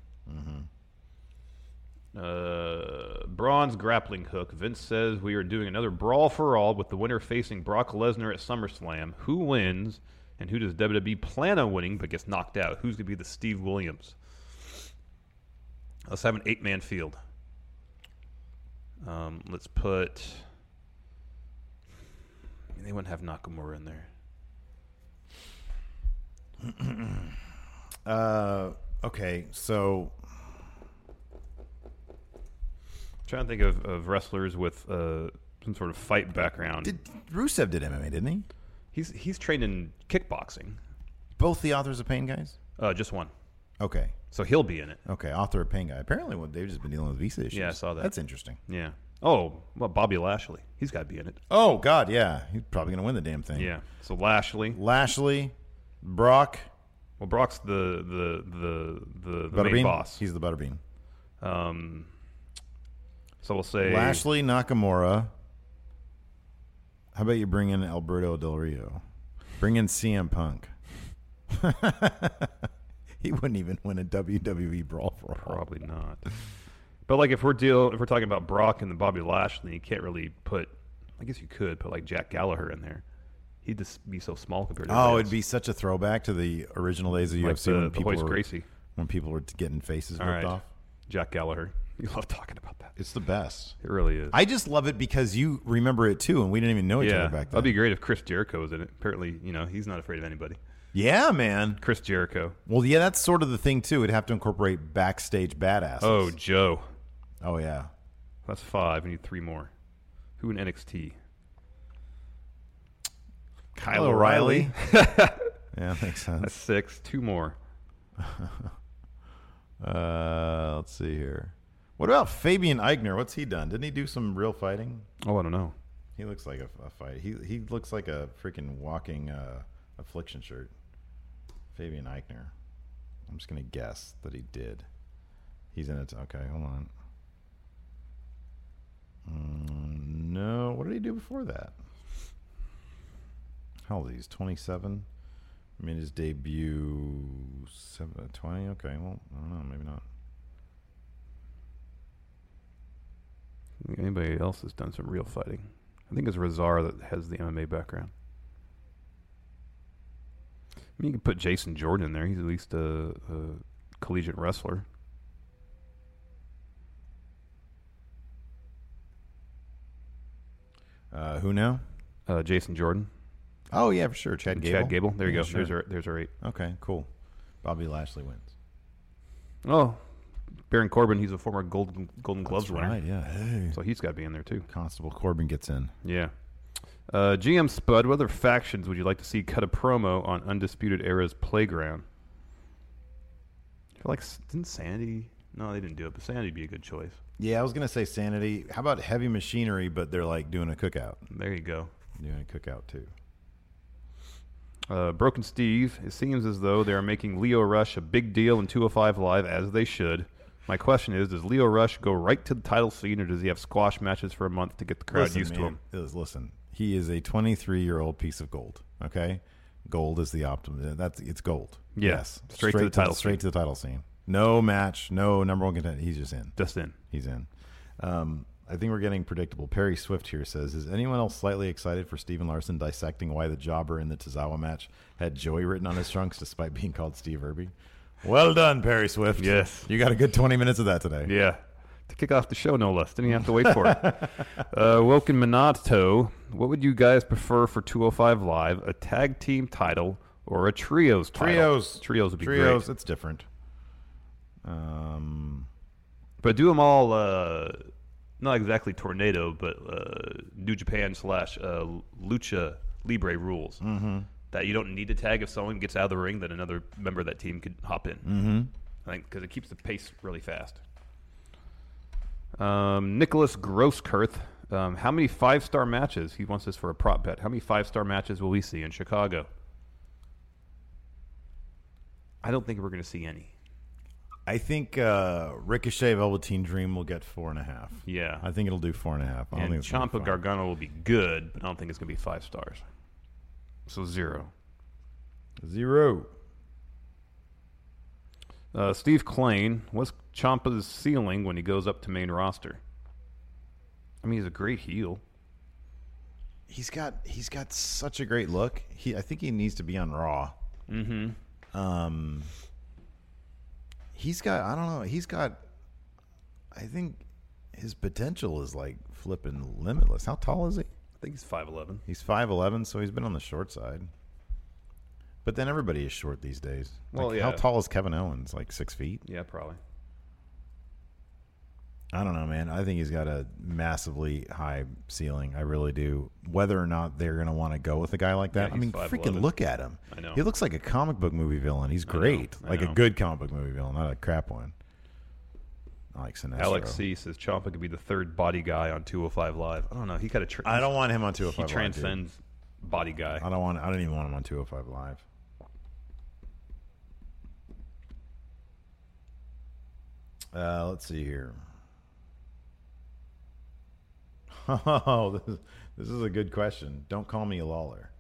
[SPEAKER 7] Uh, bronze grappling hook. Vince says we are doing another brawl for all with the winner facing Brock Lesnar at SummerSlam. Who wins, and who does WWE plan on winning but gets knocked out? Who's going to be the Steve Williams? Let's have an eight-man field. Um, let's put. I mean, they wouldn't have Nakamura in there.
[SPEAKER 6] Uh, okay, so
[SPEAKER 7] trying to think of, of wrestlers with uh, some sort of fight background.
[SPEAKER 6] did Rusev did MMA, didn't he?
[SPEAKER 7] he's he's trained in kickboxing,
[SPEAKER 6] Both the authors of Pain guys.
[SPEAKER 7] uh, just one,
[SPEAKER 6] Okay,
[SPEAKER 7] so he'll be in it.
[SPEAKER 6] okay, author of Pain guy. Apparently, what they've just been dealing with visa issues.
[SPEAKER 7] Yeah, I saw that.
[SPEAKER 6] That's interesting.
[SPEAKER 7] Yeah, Oh, well, Bobby Lashley. He's got to be in it.
[SPEAKER 6] Oh God, yeah, he's probably gonna win the damn thing.
[SPEAKER 7] Yeah. So Lashley.
[SPEAKER 6] Lashley, Brock,
[SPEAKER 7] Well, Brock's the the the the, the
[SPEAKER 6] Butterbean.
[SPEAKER 7] main boss.
[SPEAKER 6] He's the Butterbean.
[SPEAKER 7] um. So we'll say
[SPEAKER 6] Lashley, Nakamura. How about you bring in Alberto Del Rio? Bring in CM Punk. [laughs] he wouldn't even win a WWE brawl for all.
[SPEAKER 7] Probably not. But like if we're deal if we're talking about Brock and the Bobby Lashley, you can't really put. I guess you could put like Jack Gallagher in there. He'd just be so small compared to.
[SPEAKER 6] Oh,
[SPEAKER 7] everybody
[SPEAKER 6] it'd be such a throwback to the original days of
[SPEAKER 7] else. like
[SPEAKER 6] UFC when
[SPEAKER 7] the, the
[SPEAKER 6] people
[SPEAKER 7] Hoist
[SPEAKER 6] were
[SPEAKER 7] Gracie.
[SPEAKER 6] when people were getting faces
[SPEAKER 7] All
[SPEAKER 6] ripped
[SPEAKER 7] right,
[SPEAKER 6] off.
[SPEAKER 7] Jack Gallagher. [laughs] You love talking about that.
[SPEAKER 6] It's the best.
[SPEAKER 7] It really is.
[SPEAKER 6] I just love it because you remember it too, and we didn't even know each
[SPEAKER 7] yeah,
[SPEAKER 6] other back then.
[SPEAKER 7] that'd be great if Chris Jericho was in it. Apparently, you know, he's not afraid of anybody.
[SPEAKER 6] yeah, man.
[SPEAKER 7] Chris Jericho.
[SPEAKER 6] Well, yeah, that's sort of the thing too. It'd have to incorporate backstage badasses.
[SPEAKER 7] Oh, Joe.
[SPEAKER 6] oh yeah.
[SPEAKER 7] That's five. We need three more. Who in NXT?
[SPEAKER 6] Kyle
[SPEAKER 7] O'Reilly.
[SPEAKER 6] yeah, makes
[SPEAKER 7] [laughs]
[SPEAKER 6] sense.
[SPEAKER 7] That's six. Two more.
[SPEAKER 6] Uh, let's see here. What about Fabian Eigner? What's he done? Didn't he do some real fighting?
[SPEAKER 7] Oh, I don't know.
[SPEAKER 6] He looks like a, a fight. He he looks like a freaking walking uh, affliction shirt. Fabian Eichner. I'm just gonna guess that he did. He's in it. Okay, hold on. Mm, no, what did he do before that? How old is he? He's 27. I mean, his debut seven, 20. Okay, well, I don't know. Maybe not.
[SPEAKER 7] I think anybody else has done some real fighting. I think it's Razar that has the MMA background. I mean, you can put Jason Jordan in there. He's at least a, a collegiate wrestler.
[SPEAKER 6] Uh, who now?
[SPEAKER 7] Uh, Jason Jordan,
[SPEAKER 6] Oh yeah, for sure. Chad Gable.
[SPEAKER 7] Chad Gable. There you
[SPEAKER 6] Yeah,
[SPEAKER 7] go.
[SPEAKER 6] sure.
[SPEAKER 7] There's our there's our eight.
[SPEAKER 6] Okay, cool. Bobby Lashley wins.
[SPEAKER 7] Oh, Baron Corbin. He's a former Golden Golden Gloves winner,
[SPEAKER 6] Right, yeah. Hey.
[SPEAKER 7] so he's got to be in there too.
[SPEAKER 6] Constable Corbin gets in.
[SPEAKER 7] Yeah. Uh, GM Spud, what other factions would you like to see cut a promo on Undisputed Era's Playground? I feel like s- didn't Sandy? No, they didn't do it, but Sandy'd be a good choice.
[SPEAKER 6] Yeah, I was gonna say Sanity. How about Heavy Machinery? But they're like doing a cookout.
[SPEAKER 7] There you go.
[SPEAKER 6] Doing a cookout too.
[SPEAKER 7] Uh, Broken Steve, it seems as though they are making Leo Rush a big deal in 205 Live, as they should. My question is, does Leo Rush go right to the title scene, or does he have squash matches for a month to get the crowd
[SPEAKER 6] listen,
[SPEAKER 7] used to
[SPEAKER 6] man,
[SPEAKER 7] him?
[SPEAKER 6] is- listen, he is a 23 year old piece of gold. Okay, gold is the optimum. That's it's gold.
[SPEAKER 7] Yeah, straight to the title
[SPEAKER 6] Straight
[SPEAKER 7] scene.
[SPEAKER 6] to the title scene. No match. No number one contender. He's just in.
[SPEAKER 7] Just in.
[SPEAKER 6] He's in. Um, I think we're getting predictable. Perry Swift here says, "Is anyone else slightly excited for Steven Larson dissecting why the jobber in the Tozawa match had Joey written on his trunks despite being called Steve Irby?" Well done, Perry Swift.
[SPEAKER 7] Yes.
[SPEAKER 6] you got a good twenty minutes of that today.
[SPEAKER 7] Yeah. To kick off the show, no less. Didn't even have to wait for it.
[SPEAKER 6] [laughs]
[SPEAKER 7] uh, Woken Minato, what would you guys prefer for 205 Live? A tag team title or a trios title?
[SPEAKER 6] Trios,
[SPEAKER 7] Trios would be
[SPEAKER 6] trios.
[SPEAKER 7] great.
[SPEAKER 6] It's different. Um,
[SPEAKER 7] But do them all, uh, not exactly Tornado, but uh, New Japan slash uh, Lucha Libre rules. Mm-hmm. That you don't need to tag if someone gets out of the ring, then another member of that team could hop in. Mm-hmm. I think because it keeps the pace really fast. Um, Nicholas Grosskirth. Um, how many five star matches? He wants this for a prop bet. How many five star matches will we see in Chicago? I don't think we're going to see any.
[SPEAKER 6] I think uh, Ricochet Velveteen Dream will get four and a half.
[SPEAKER 7] Yeah.
[SPEAKER 6] I think it'll do four and a half. I don't
[SPEAKER 7] and
[SPEAKER 6] think it's gonna be
[SPEAKER 7] Champa
[SPEAKER 6] five.
[SPEAKER 7] Gargano will be good, but I don't think it's going to be five stars. So zero.
[SPEAKER 6] zero.
[SPEAKER 7] Uh, Steve Klein, what's Champa's ceiling when he goes up to main roster? I mean, he's a great heel.
[SPEAKER 6] he's got he's got such a great look. He I think he needs to be on Raw. Mm-hmm. Um, he's got I don't know. He's got I think his potential is like flipping limitless. How tall is he?
[SPEAKER 7] I think he's five eleven.
[SPEAKER 6] He's five eleven, so he's been on the short side. But then everybody is short these days. Like,
[SPEAKER 7] Well,
[SPEAKER 6] how
[SPEAKER 7] yeah.
[SPEAKER 6] tall is Kevin Owens? Like six feet?
[SPEAKER 7] Yeah, probably.
[SPEAKER 6] I don't know, man. I think he's got a massively high ceiling. I really do. Whether or not they're going to want to go with a guy like that,
[SPEAKER 7] Yeah,
[SPEAKER 6] I mean,
[SPEAKER 7] he's
[SPEAKER 6] freaking
[SPEAKER 7] 5'11".
[SPEAKER 6] look at him.
[SPEAKER 7] I know.
[SPEAKER 6] He looks like a comic book movie villain. He's great,
[SPEAKER 7] I
[SPEAKER 6] like a
[SPEAKER 7] know.
[SPEAKER 6] good comic book movie villain, not a crap one. Alex Sinestro.
[SPEAKER 7] Alex C says Ciampa could be the third body guy on 205 Live. I don't know. He kind of. Tra-
[SPEAKER 6] I don't want him on
[SPEAKER 7] He
[SPEAKER 6] 205 Live. dude.
[SPEAKER 7] transcends body guy.
[SPEAKER 6] I don't want. I don't even want him on 205 Live. Uh, let's see here. [laughs] Oh, this is, this is a good question. Don't call me a lawler.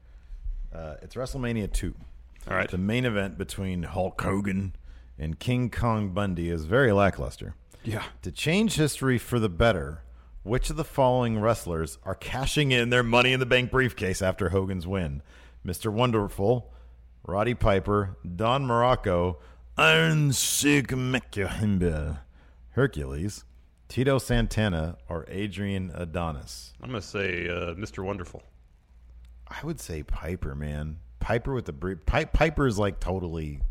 [SPEAKER 6] Uh, it's WrestleMania 2.
[SPEAKER 7] All right.
[SPEAKER 6] The main event between Hulk Hogan and King Kong Bundy is very lackluster.
[SPEAKER 7] Yeah.
[SPEAKER 6] To change history for the better, which of the following wrestlers are cashing in their money in the bank briefcase after Hogan's win? Mr. Wonderful, Roddy Piper, Don Morocco, Iron Sig Mekahimba, Hercules, Tito Santana, or Adrian Adonis?
[SPEAKER 7] I'm gonna say uh, Mr. Wonderful.
[SPEAKER 6] I would say Piper, man. Piper with the brief. Pi- Piper is like totally.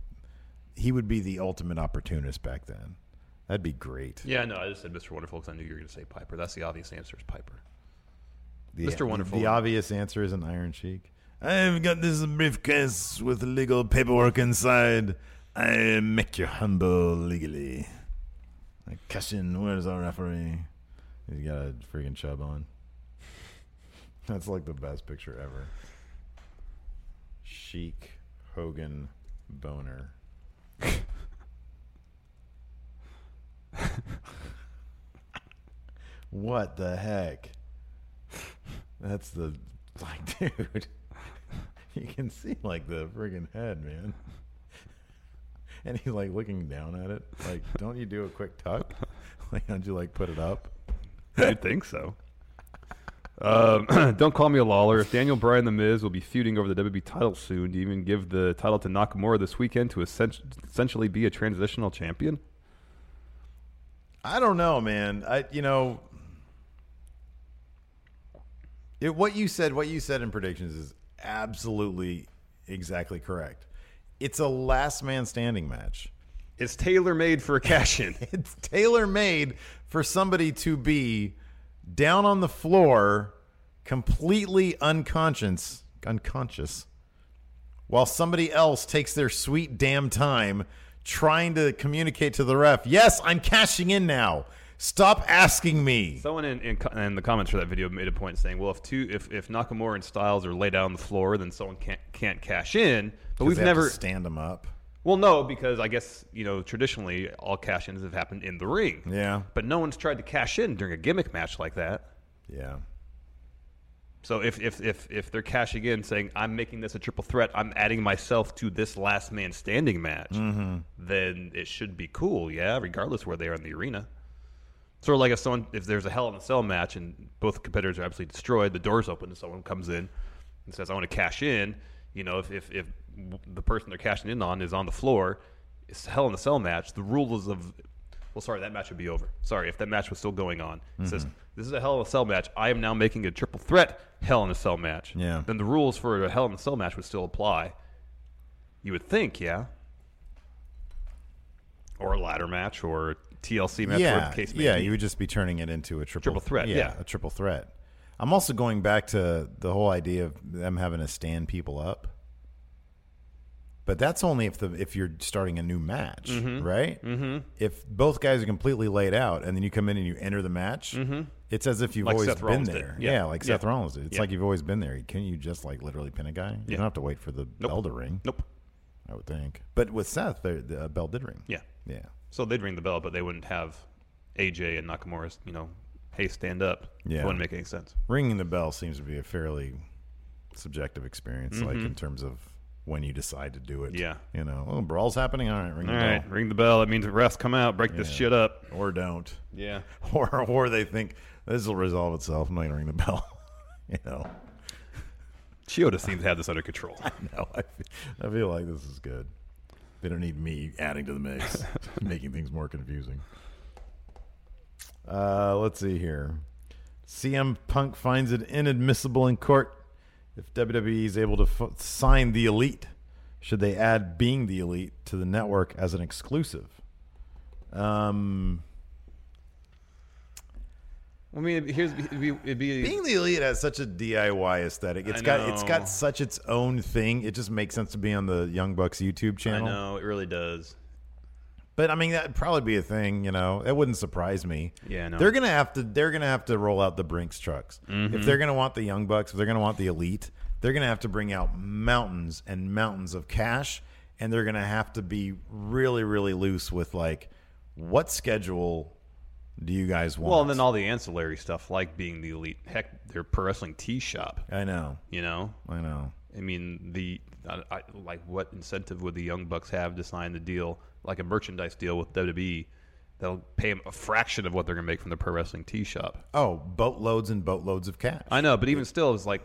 [SPEAKER 6] He would be the ultimate opportunist back then. That'd be great.
[SPEAKER 7] Yeah, no, I just said Mr. Wonderful because I knew you were gonna say Piper. That's the obvious answer is Piper.
[SPEAKER 6] The-
[SPEAKER 7] Mr. Wonderful.
[SPEAKER 6] The obvious answer is an Iron Cheek. I've got this briefcase with legal paperwork inside. I make you humble legally. I cash in. Where's our referee? He's got a freaking chub on. [laughs] That's like the best picture ever. Chic Hogan boner. [laughs] what the heck? That's the like, [laughs] dude. You can see like the friggin' head, man. And he's like looking down at it. Like, don't you do a quick tuck? [laughs] Like, don't you like put it up?
[SPEAKER 7] You'd think so. Um, [clears throat] don't call me a lawler. If Daniel Bryan and The Miz will be feuding over the WWE title soon, do you even give the title to Nakamura this weekend to essen- essentially be a transitional champion?
[SPEAKER 6] I don't know, man. I you know, it, what you said, what you said in predictions is absolutely exactly correct. It's a last man standing match.
[SPEAKER 7] It's tailor made for a cash [laughs] in.
[SPEAKER 6] it's tailor made for somebody to be down on the floor, completely unconscious, unconscious, while somebody else takes their sweet damn time trying to communicate to the ref. Yes, I'm cashing in now. Stop asking me.
[SPEAKER 7] Someone in, in, co- in the comments for that video made a point saying, "Well, if two, if, if Nakamura and Styles are laid out on the floor, then someone can't can't cash in." But we've
[SPEAKER 6] They have to
[SPEAKER 7] never.
[SPEAKER 6] stand them up.
[SPEAKER 7] Well, no, because I guess you know traditionally all cash ins have happened in the ring.
[SPEAKER 6] Yeah.
[SPEAKER 7] But no one's tried to cash in during a gimmick match like that.
[SPEAKER 6] Yeah.
[SPEAKER 7] So if if if if they're cashing in, saying I'm making this a triple threat, I'm adding myself to this last man standing match, then it should be cool, yeah, regardless where they are in the arena. Sort of like if someone if there's a Hell in a Cell match and both competitors are absolutely destroyed, the doors open and someone comes in and says I want to cash in. You know, if if if the person they're cashing in on is on the floor, it's a Hell in a Cell match. The rules of well, sorry, that match would be over. Sorry, if that match was still going on. It says, this is a Hell in a Cell match. I am now making a triple threat Hell in a Cell match.
[SPEAKER 6] Yeah.
[SPEAKER 7] Then the rules for a Hell in a Cell match would still apply. You would think, yeah. Or a ladder match or TLC match.
[SPEAKER 6] yeah,
[SPEAKER 7] or case may
[SPEAKER 6] yeah.
[SPEAKER 7] be.
[SPEAKER 6] You would just be turning it into a triple,
[SPEAKER 7] Triple threat, yeah.
[SPEAKER 6] a triple threat. I'm also going back to the whole idea of them having to stand people up, but that's only if the if you're starting a new match, right? Mm-hmm. If both guys are completely laid out and then you come in and you enter the match, it's as if you've
[SPEAKER 7] Mm-hmm. Like
[SPEAKER 6] always
[SPEAKER 7] Seth
[SPEAKER 6] been
[SPEAKER 7] Rollins did.
[SPEAKER 6] there.
[SPEAKER 7] Yeah.
[SPEAKER 6] like
[SPEAKER 7] Yeah.
[SPEAKER 6] Seth Rollins did. It's
[SPEAKER 7] Yeah.
[SPEAKER 6] like you've always been there. Can you just like literally pin a guy? You
[SPEAKER 7] Yeah.
[SPEAKER 6] don't have to wait for the bell to ring.
[SPEAKER 7] Nope.
[SPEAKER 6] I would think. But with Seth, the, the uh, bell did ring.
[SPEAKER 7] Yeah.
[SPEAKER 6] yeah,
[SPEAKER 7] So they'd ring the bell, but they wouldn't have AJ and Nakamura's, you know, hey, stand up.
[SPEAKER 6] Yeah.
[SPEAKER 7] It wouldn't make any sense.
[SPEAKER 6] ringing the bell seems to be a fairly subjective experience, like in terms of when you decide to do it.
[SPEAKER 7] Mm-hmm. Yeah.
[SPEAKER 6] you know, oh, brawl's happening. All right, ring
[SPEAKER 7] All
[SPEAKER 6] the
[SPEAKER 7] right,
[SPEAKER 6] bell,
[SPEAKER 7] ring the bell. It means refs come out, break this
[SPEAKER 6] Yeah.
[SPEAKER 7] shit up.
[SPEAKER 6] or don't, [laughs]
[SPEAKER 7] Yeah.
[SPEAKER 6] or or they think this will resolve itself. I'm not gonna ring the bell. [laughs] you know,
[SPEAKER 7] Chioda seems to have this under control.
[SPEAKER 6] [laughs] no, I feel, I feel like this is good. They don't need me adding to the [laughs] mix, making things more confusing. Uh, let's see here. CM Punk finds it inadmissible in court if WWE is able to f- sign the elite. Should they add being the elite to the network as an exclusive? Um,
[SPEAKER 7] I mean, here's it'd be, it'd be
[SPEAKER 6] being the elite has such a DIY aesthetic. It's
[SPEAKER 7] I
[SPEAKER 6] got it's
[SPEAKER 7] know.
[SPEAKER 6] got such its own thing. It just makes sense to be on the Young Bucks YouTube
[SPEAKER 7] [laughs] I
[SPEAKER 6] channel.
[SPEAKER 7] know it really does.
[SPEAKER 6] But I mean, that'd probably be a thing, you know. That wouldn't surprise me.
[SPEAKER 7] Yeah, no.
[SPEAKER 6] They're gonna have to. They're gonna have to roll out the Brinks trucks
[SPEAKER 7] Mm-hmm.
[SPEAKER 6] if they're gonna want the Young Bucks. If they're gonna want the Elite, they're gonna have to bring out mountains and mountains of cash, and they're gonna have to be really, really loose with like, what schedule do you guys want?
[SPEAKER 7] Well, and then all the ancillary stuff, like being the elite, heck, their pro wrestling tea shop.
[SPEAKER 6] I know,
[SPEAKER 7] You know,
[SPEAKER 6] I know.
[SPEAKER 7] I mean, the I, I, like what incentive would the Young Bucks have to sign the deal, like a merchandise deal with WWE? That'll pay them a fraction of what they're gonna make from the pro wrestling tea shop.
[SPEAKER 6] Oh, boatloads and boatloads of cash.
[SPEAKER 7] I know, but even still, it's like,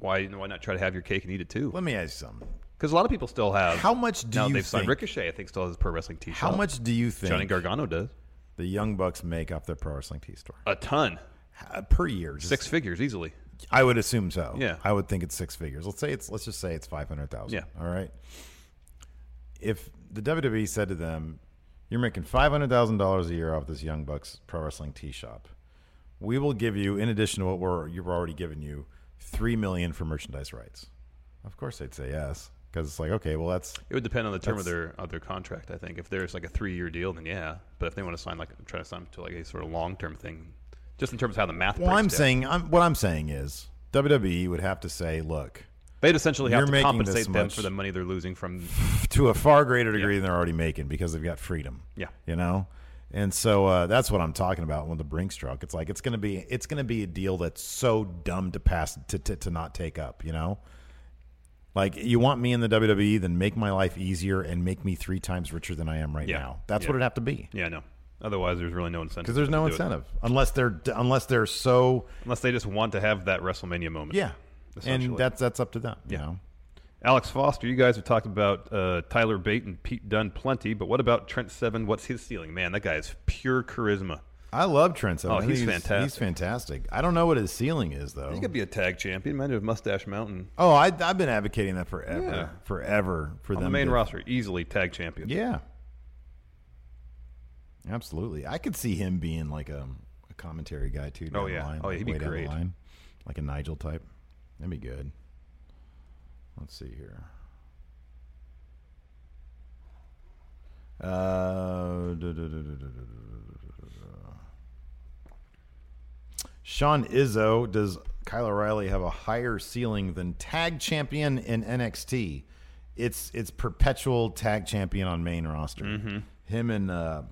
[SPEAKER 7] why why not try to have your cake and eat it too?
[SPEAKER 6] Let me ask you something.
[SPEAKER 7] Because a lot of people still have.
[SPEAKER 6] How much do
[SPEAKER 7] now
[SPEAKER 6] you
[SPEAKER 7] they've signed
[SPEAKER 6] think-
[SPEAKER 7] Ricochet? I think still has a pro wrestling tea shop.
[SPEAKER 6] How much do you think
[SPEAKER 7] Johnny Gargano does?
[SPEAKER 6] the Young Bucks make off their pro wrestling tea store
[SPEAKER 7] A ton,
[SPEAKER 6] uh, per year? Just-
[SPEAKER 7] six figures easily.
[SPEAKER 6] I would assume so.
[SPEAKER 7] Yeah.
[SPEAKER 6] I would think it's six figures. Let's say it's let's just say it's five hundred thousand.
[SPEAKER 7] Yeah.
[SPEAKER 6] All right. If the WWE said to them, You're making five hundred thousand dollars a year off this Young Bucks pro wrestling T shop, we will give you, in addition to what we're you've already given you, three million for merchandise rights. Of course they'd say yes. Because it's like, okay, well that's
[SPEAKER 7] It would depend on the term of
[SPEAKER 6] That's-
[SPEAKER 7] their of their contract. I think if there's like a three year deal, then yeah. But if they want to sign like try to sign to like a sort of long term thing, just in terms of how the math.
[SPEAKER 6] well
[SPEAKER 7] breaks
[SPEAKER 6] I'm
[SPEAKER 7] down,
[SPEAKER 6] saying I'm, what I'm saying is WWE would have to say, look,
[SPEAKER 7] they'd essentially
[SPEAKER 6] you're
[SPEAKER 7] have to
[SPEAKER 6] making
[SPEAKER 7] compensate
[SPEAKER 6] this
[SPEAKER 7] them
[SPEAKER 6] much.
[SPEAKER 7] for the money they're losing from.
[SPEAKER 6] to a far greater degree
[SPEAKER 7] Yeah.
[SPEAKER 6] than they're already making because they've got freedom.
[SPEAKER 7] Yeah.
[SPEAKER 6] you know, and so uh, that's what I'm talking about with the Brinks truck. It's like it's gonna be it's gonna be a deal that's so dumb to pass to to, to not take up. You know, like you want me in the WWE, then make my life easier and make me three times richer than I am right
[SPEAKER 7] Yeah.
[SPEAKER 6] now. That's
[SPEAKER 7] Yeah.
[SPEAKER 6] what it'd have to be
[SPEAKER 7] Yeah, no. Otherwise, there's really no incentive
[SPEAKER 6] because there's
[SPEAKER 7] to
[SPEAKER 6] no
[SPEAKER 7] do it.
[SPEAKER 6] incentive unless they're unless they're so
[SPEAKER 7] unless they just want to have that WrestleMania moment.
[SPEAKER 6] yeah,
[SPEAKER 7] Essentially.
[SPEAKER 6] and that's that's up to them. You
[SPEAKER 7] Yeah.
[SPEAKER 6] know?
[SPEAKER 7] Alex Foster, you guys have talked about uh, Tyler Bate and Pete Dunne plenty, but what about Trent Seven? What's his ceiling? Man, that guy is pure charisma.
[SPEAKER 6] I love Trent. Seven.
[SPEAKER 7] Oh,
[SPEAKER 6] I think
[SPEAKER 7] he's fantastic.
[SPEAKER 6] He's fantastic. I don't know what his ceiling is though.
[SPEAKER 7] He could be a tag champion. Man, with Mustache Mountain
[SPEAKER 6] Oh, I, I've been advocating that forever,
[SPEAKER 7] Yeah.
[SPEAKER 6] forever for
[SPEAKER 7] on
[SPEAKER 6] them
[SPEAKER 7] the main
[SPEAKER 6] to-
[SPEAKER 7] roster, easily tag champion.
[SPEAKER 6] Yeah, absolutely. I could see him being like a, a commentary guy too. down the
[SPEAKER 7] yeah.
[SPEAKER 6] line,
[SPEAKER 7] Oh, yeah, he'd
[SPEAKER 6] like
[SPEAKER 7] be
[SPEAKER 6] way down the
[SPEAKER 7] great.
[SPEAKER 6] line. like a Nigel type. That'd be good. Let's see here. Uh, duh, duh, duh, duh, duh, duh, duh. Sean Izzo, does Kyle O'Reilly have a higher ceiling than tag champion in NXT? It's it's perpetual tag champion on main roster. Him and uh,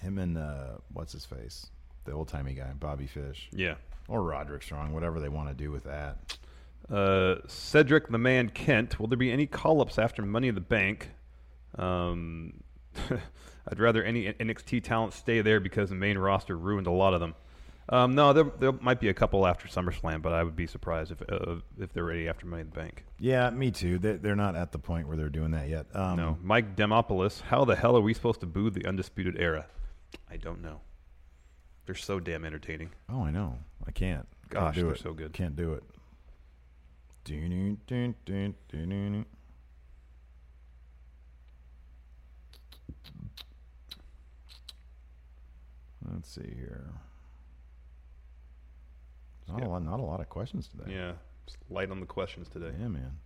[SPEAKER 6] him and uh, what's his face, the old timey guy, Bobby Fish,
[SPEAKER 7] Yeah.
[SPEAKER 6] or Roderick Strong, whatever they want to do with that.
[SPEAKER 7] Uh, Cedric the Man Kent, will there be any call ups after Money in the Bank? Um, [laughs] I'd rather any NXT talent stay there because the main roster ruined a lot of them. Um, no, there, there might be a couple after SummerSlam, but I would be surprised if uh, if they're ready after Money in the Bank.
[SPEAKER 6] Yeah, me too. They, they're not at the point where they're doing that yet. Um,
[SPEAKER 7] No, Mike Demopoulos, how the hell are we supposed to boo the Undisputed Era? I don't know. They're so damn entertaining.
[SPEAKER 6] Oh, I know. I can't. Can't
[SPEAKER 7] Gosh,
[SPEAKER 6] do
[SPEAKER 7] they're
[SPEAKER 6] it.
[SPEAKER 7] so good.
[SPEAKER 6] Can't do it. Doo-doo-doo-doo-doo-doo. Let's see here. Not a lot. Not a lot of questions today.
[SPEAKER 7] Yeah, just light on the questions today.
[SPEAKER 6] Yeah, man.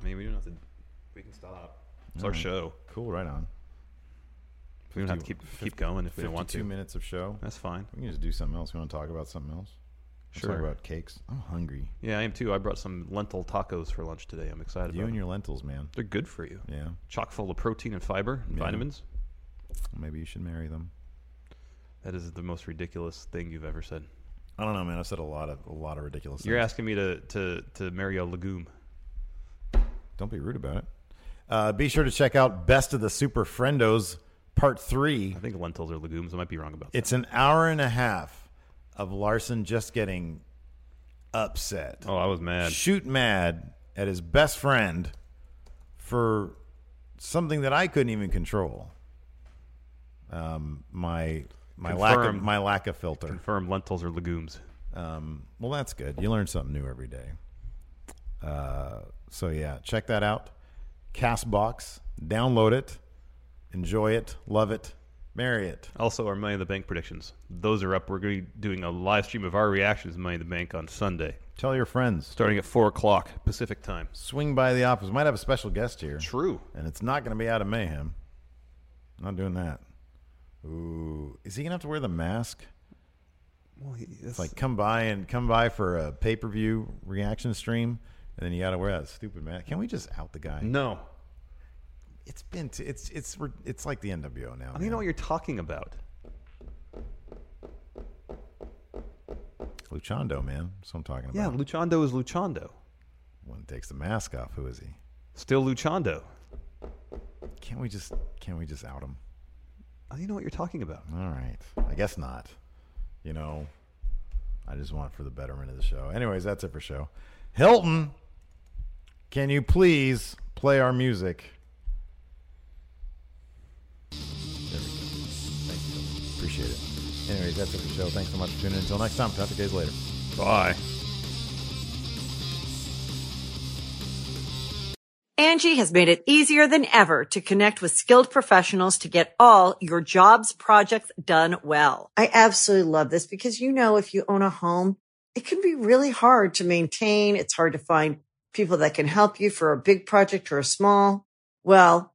[SPEAKER 7] I mean, we don't have to. We can stop. It's our show.
[SPEAKER 6] Cool. Right on.
[SPEAKER 7] We don't have to keep keep going if we don't want to.
[SPEAKER 6] Fifty-two minutes of show.
[SPEAKER 7] That's fine.
[SPEAKER 6] We can just do something else. We want to talk about something else. Let's Talk
[SPEAKER 7] Sure.
[SPEAKER 6] about cakes. I'm hungry.
[SPEAKER 7] Yeah, I am too. I brought some lentil tacos for lunch today. I'm excited
[SPEAKER 6] You
[SPEAKER 7] about
[SPEAKER 6] and
[SPEAKER 7] them.
[SPEAKER 6] your lentils, man.
[SPEAKER 7] They're good for you.
[SPEAKER 6] Yeah.
[SPEAKER 7] Chock full of protein and fiber and vitamins.
[SPEAKER 6] Maybe you should marry them.
[SPEAKER 7] That is the most ridiculous thing you've ever said.
[SPEAKER 6] I don't know, man. I've said a lot of a lot of ridiculous.
[SPEAKER 7] You're
[SPEAKER 6] things.
[SPEAKER 7] asking me to, to, to marry a legume.
[SPEAKER 6] Don't be rude about it. Uh, be sure to check out Best of the Super Friendos Part Three.
[SPEAKER 7] I think lentils are legumes. I might be wrong about
[SPEAKER 6] It's an hour and a half of Larson just getting upset,
[SPEAKER 7] that. Oh, I was mad.
[SPEAKER 6] shoot mad at his best friend for something that I couldn't even control. Um, my my lack of
[SPEAKER 7] Confirmed.
[SPEAKER 6] my lack of filter.
[SPEAKER 7] Confirm lentils are legumes.
[SPEAKER 6] Um, well, that's good. You learn something new every day. Uh, so yeah, check that out. Castbox, download it, enjoy it, love it, marry it.
[SPEAKER 7] Also, our Money in the Bank predictions. Those are up. We're going to be doing a live stream of our reactions to Money in the Bank on Sunday,
[SPEAKER 6] Tell your friends.
[SPEAKER 7] starting at 4 o'clock Pacific time.
[SPEAKER 6] Swing by the office. Might have a special guest here,
[SPEAKER 7] True.
[SPEAKER 6] and it's not going to be out of mayhem. Not doing that. Ooh, is he gonna have to wear the mask?
[SPEAKER 7] [laughs] Well, he,
[SPEAKER 6] It's like come by and come by for a pay per view reaction stream, and then you gotta wear that stupid mask. Can we just out the guy?
[SPEAKER 7] no.
[SPEAKER 6] It's been t- it's it's re- it's like the NWO now.
[SPEAKER 7] I don't even know what you're talking about.
[SPEAKER 6] Luchando, man. That's what I'm talking
[SPEAKER 7] Yeah,
[SPEAKER 6] about.
[SPEAKER 7] Luchando is Luchando.
[SPEAKER 6] when he takes the mask off, who is he?
[SPEAKER 7] Still Luchando.
[SPEAKER 6] Can't we just can't we just out him?
[SPEAKER 7] I don't even know what you're talking about.
[SPEAKER 6] All right. I guess not. You know, I just want for the betterment of the show. Anyways, that's it for show. Hilton, can you please play our music? There we go. Thank you. Hilton. Appreciate it. Anyways, that's it for show. Thanks so much for tuning in. Until next time, traffic days later.
[SPEAKER 7] Bye.
[SPEAKER 8] Angie has made it easier than ever to connect with skilled professionals to get all your jobs projects done well. I absolutely love this because, you know, if you own a home, it can be really hard to maintain. It's hard to find people that can help you for a big project or a small. Well,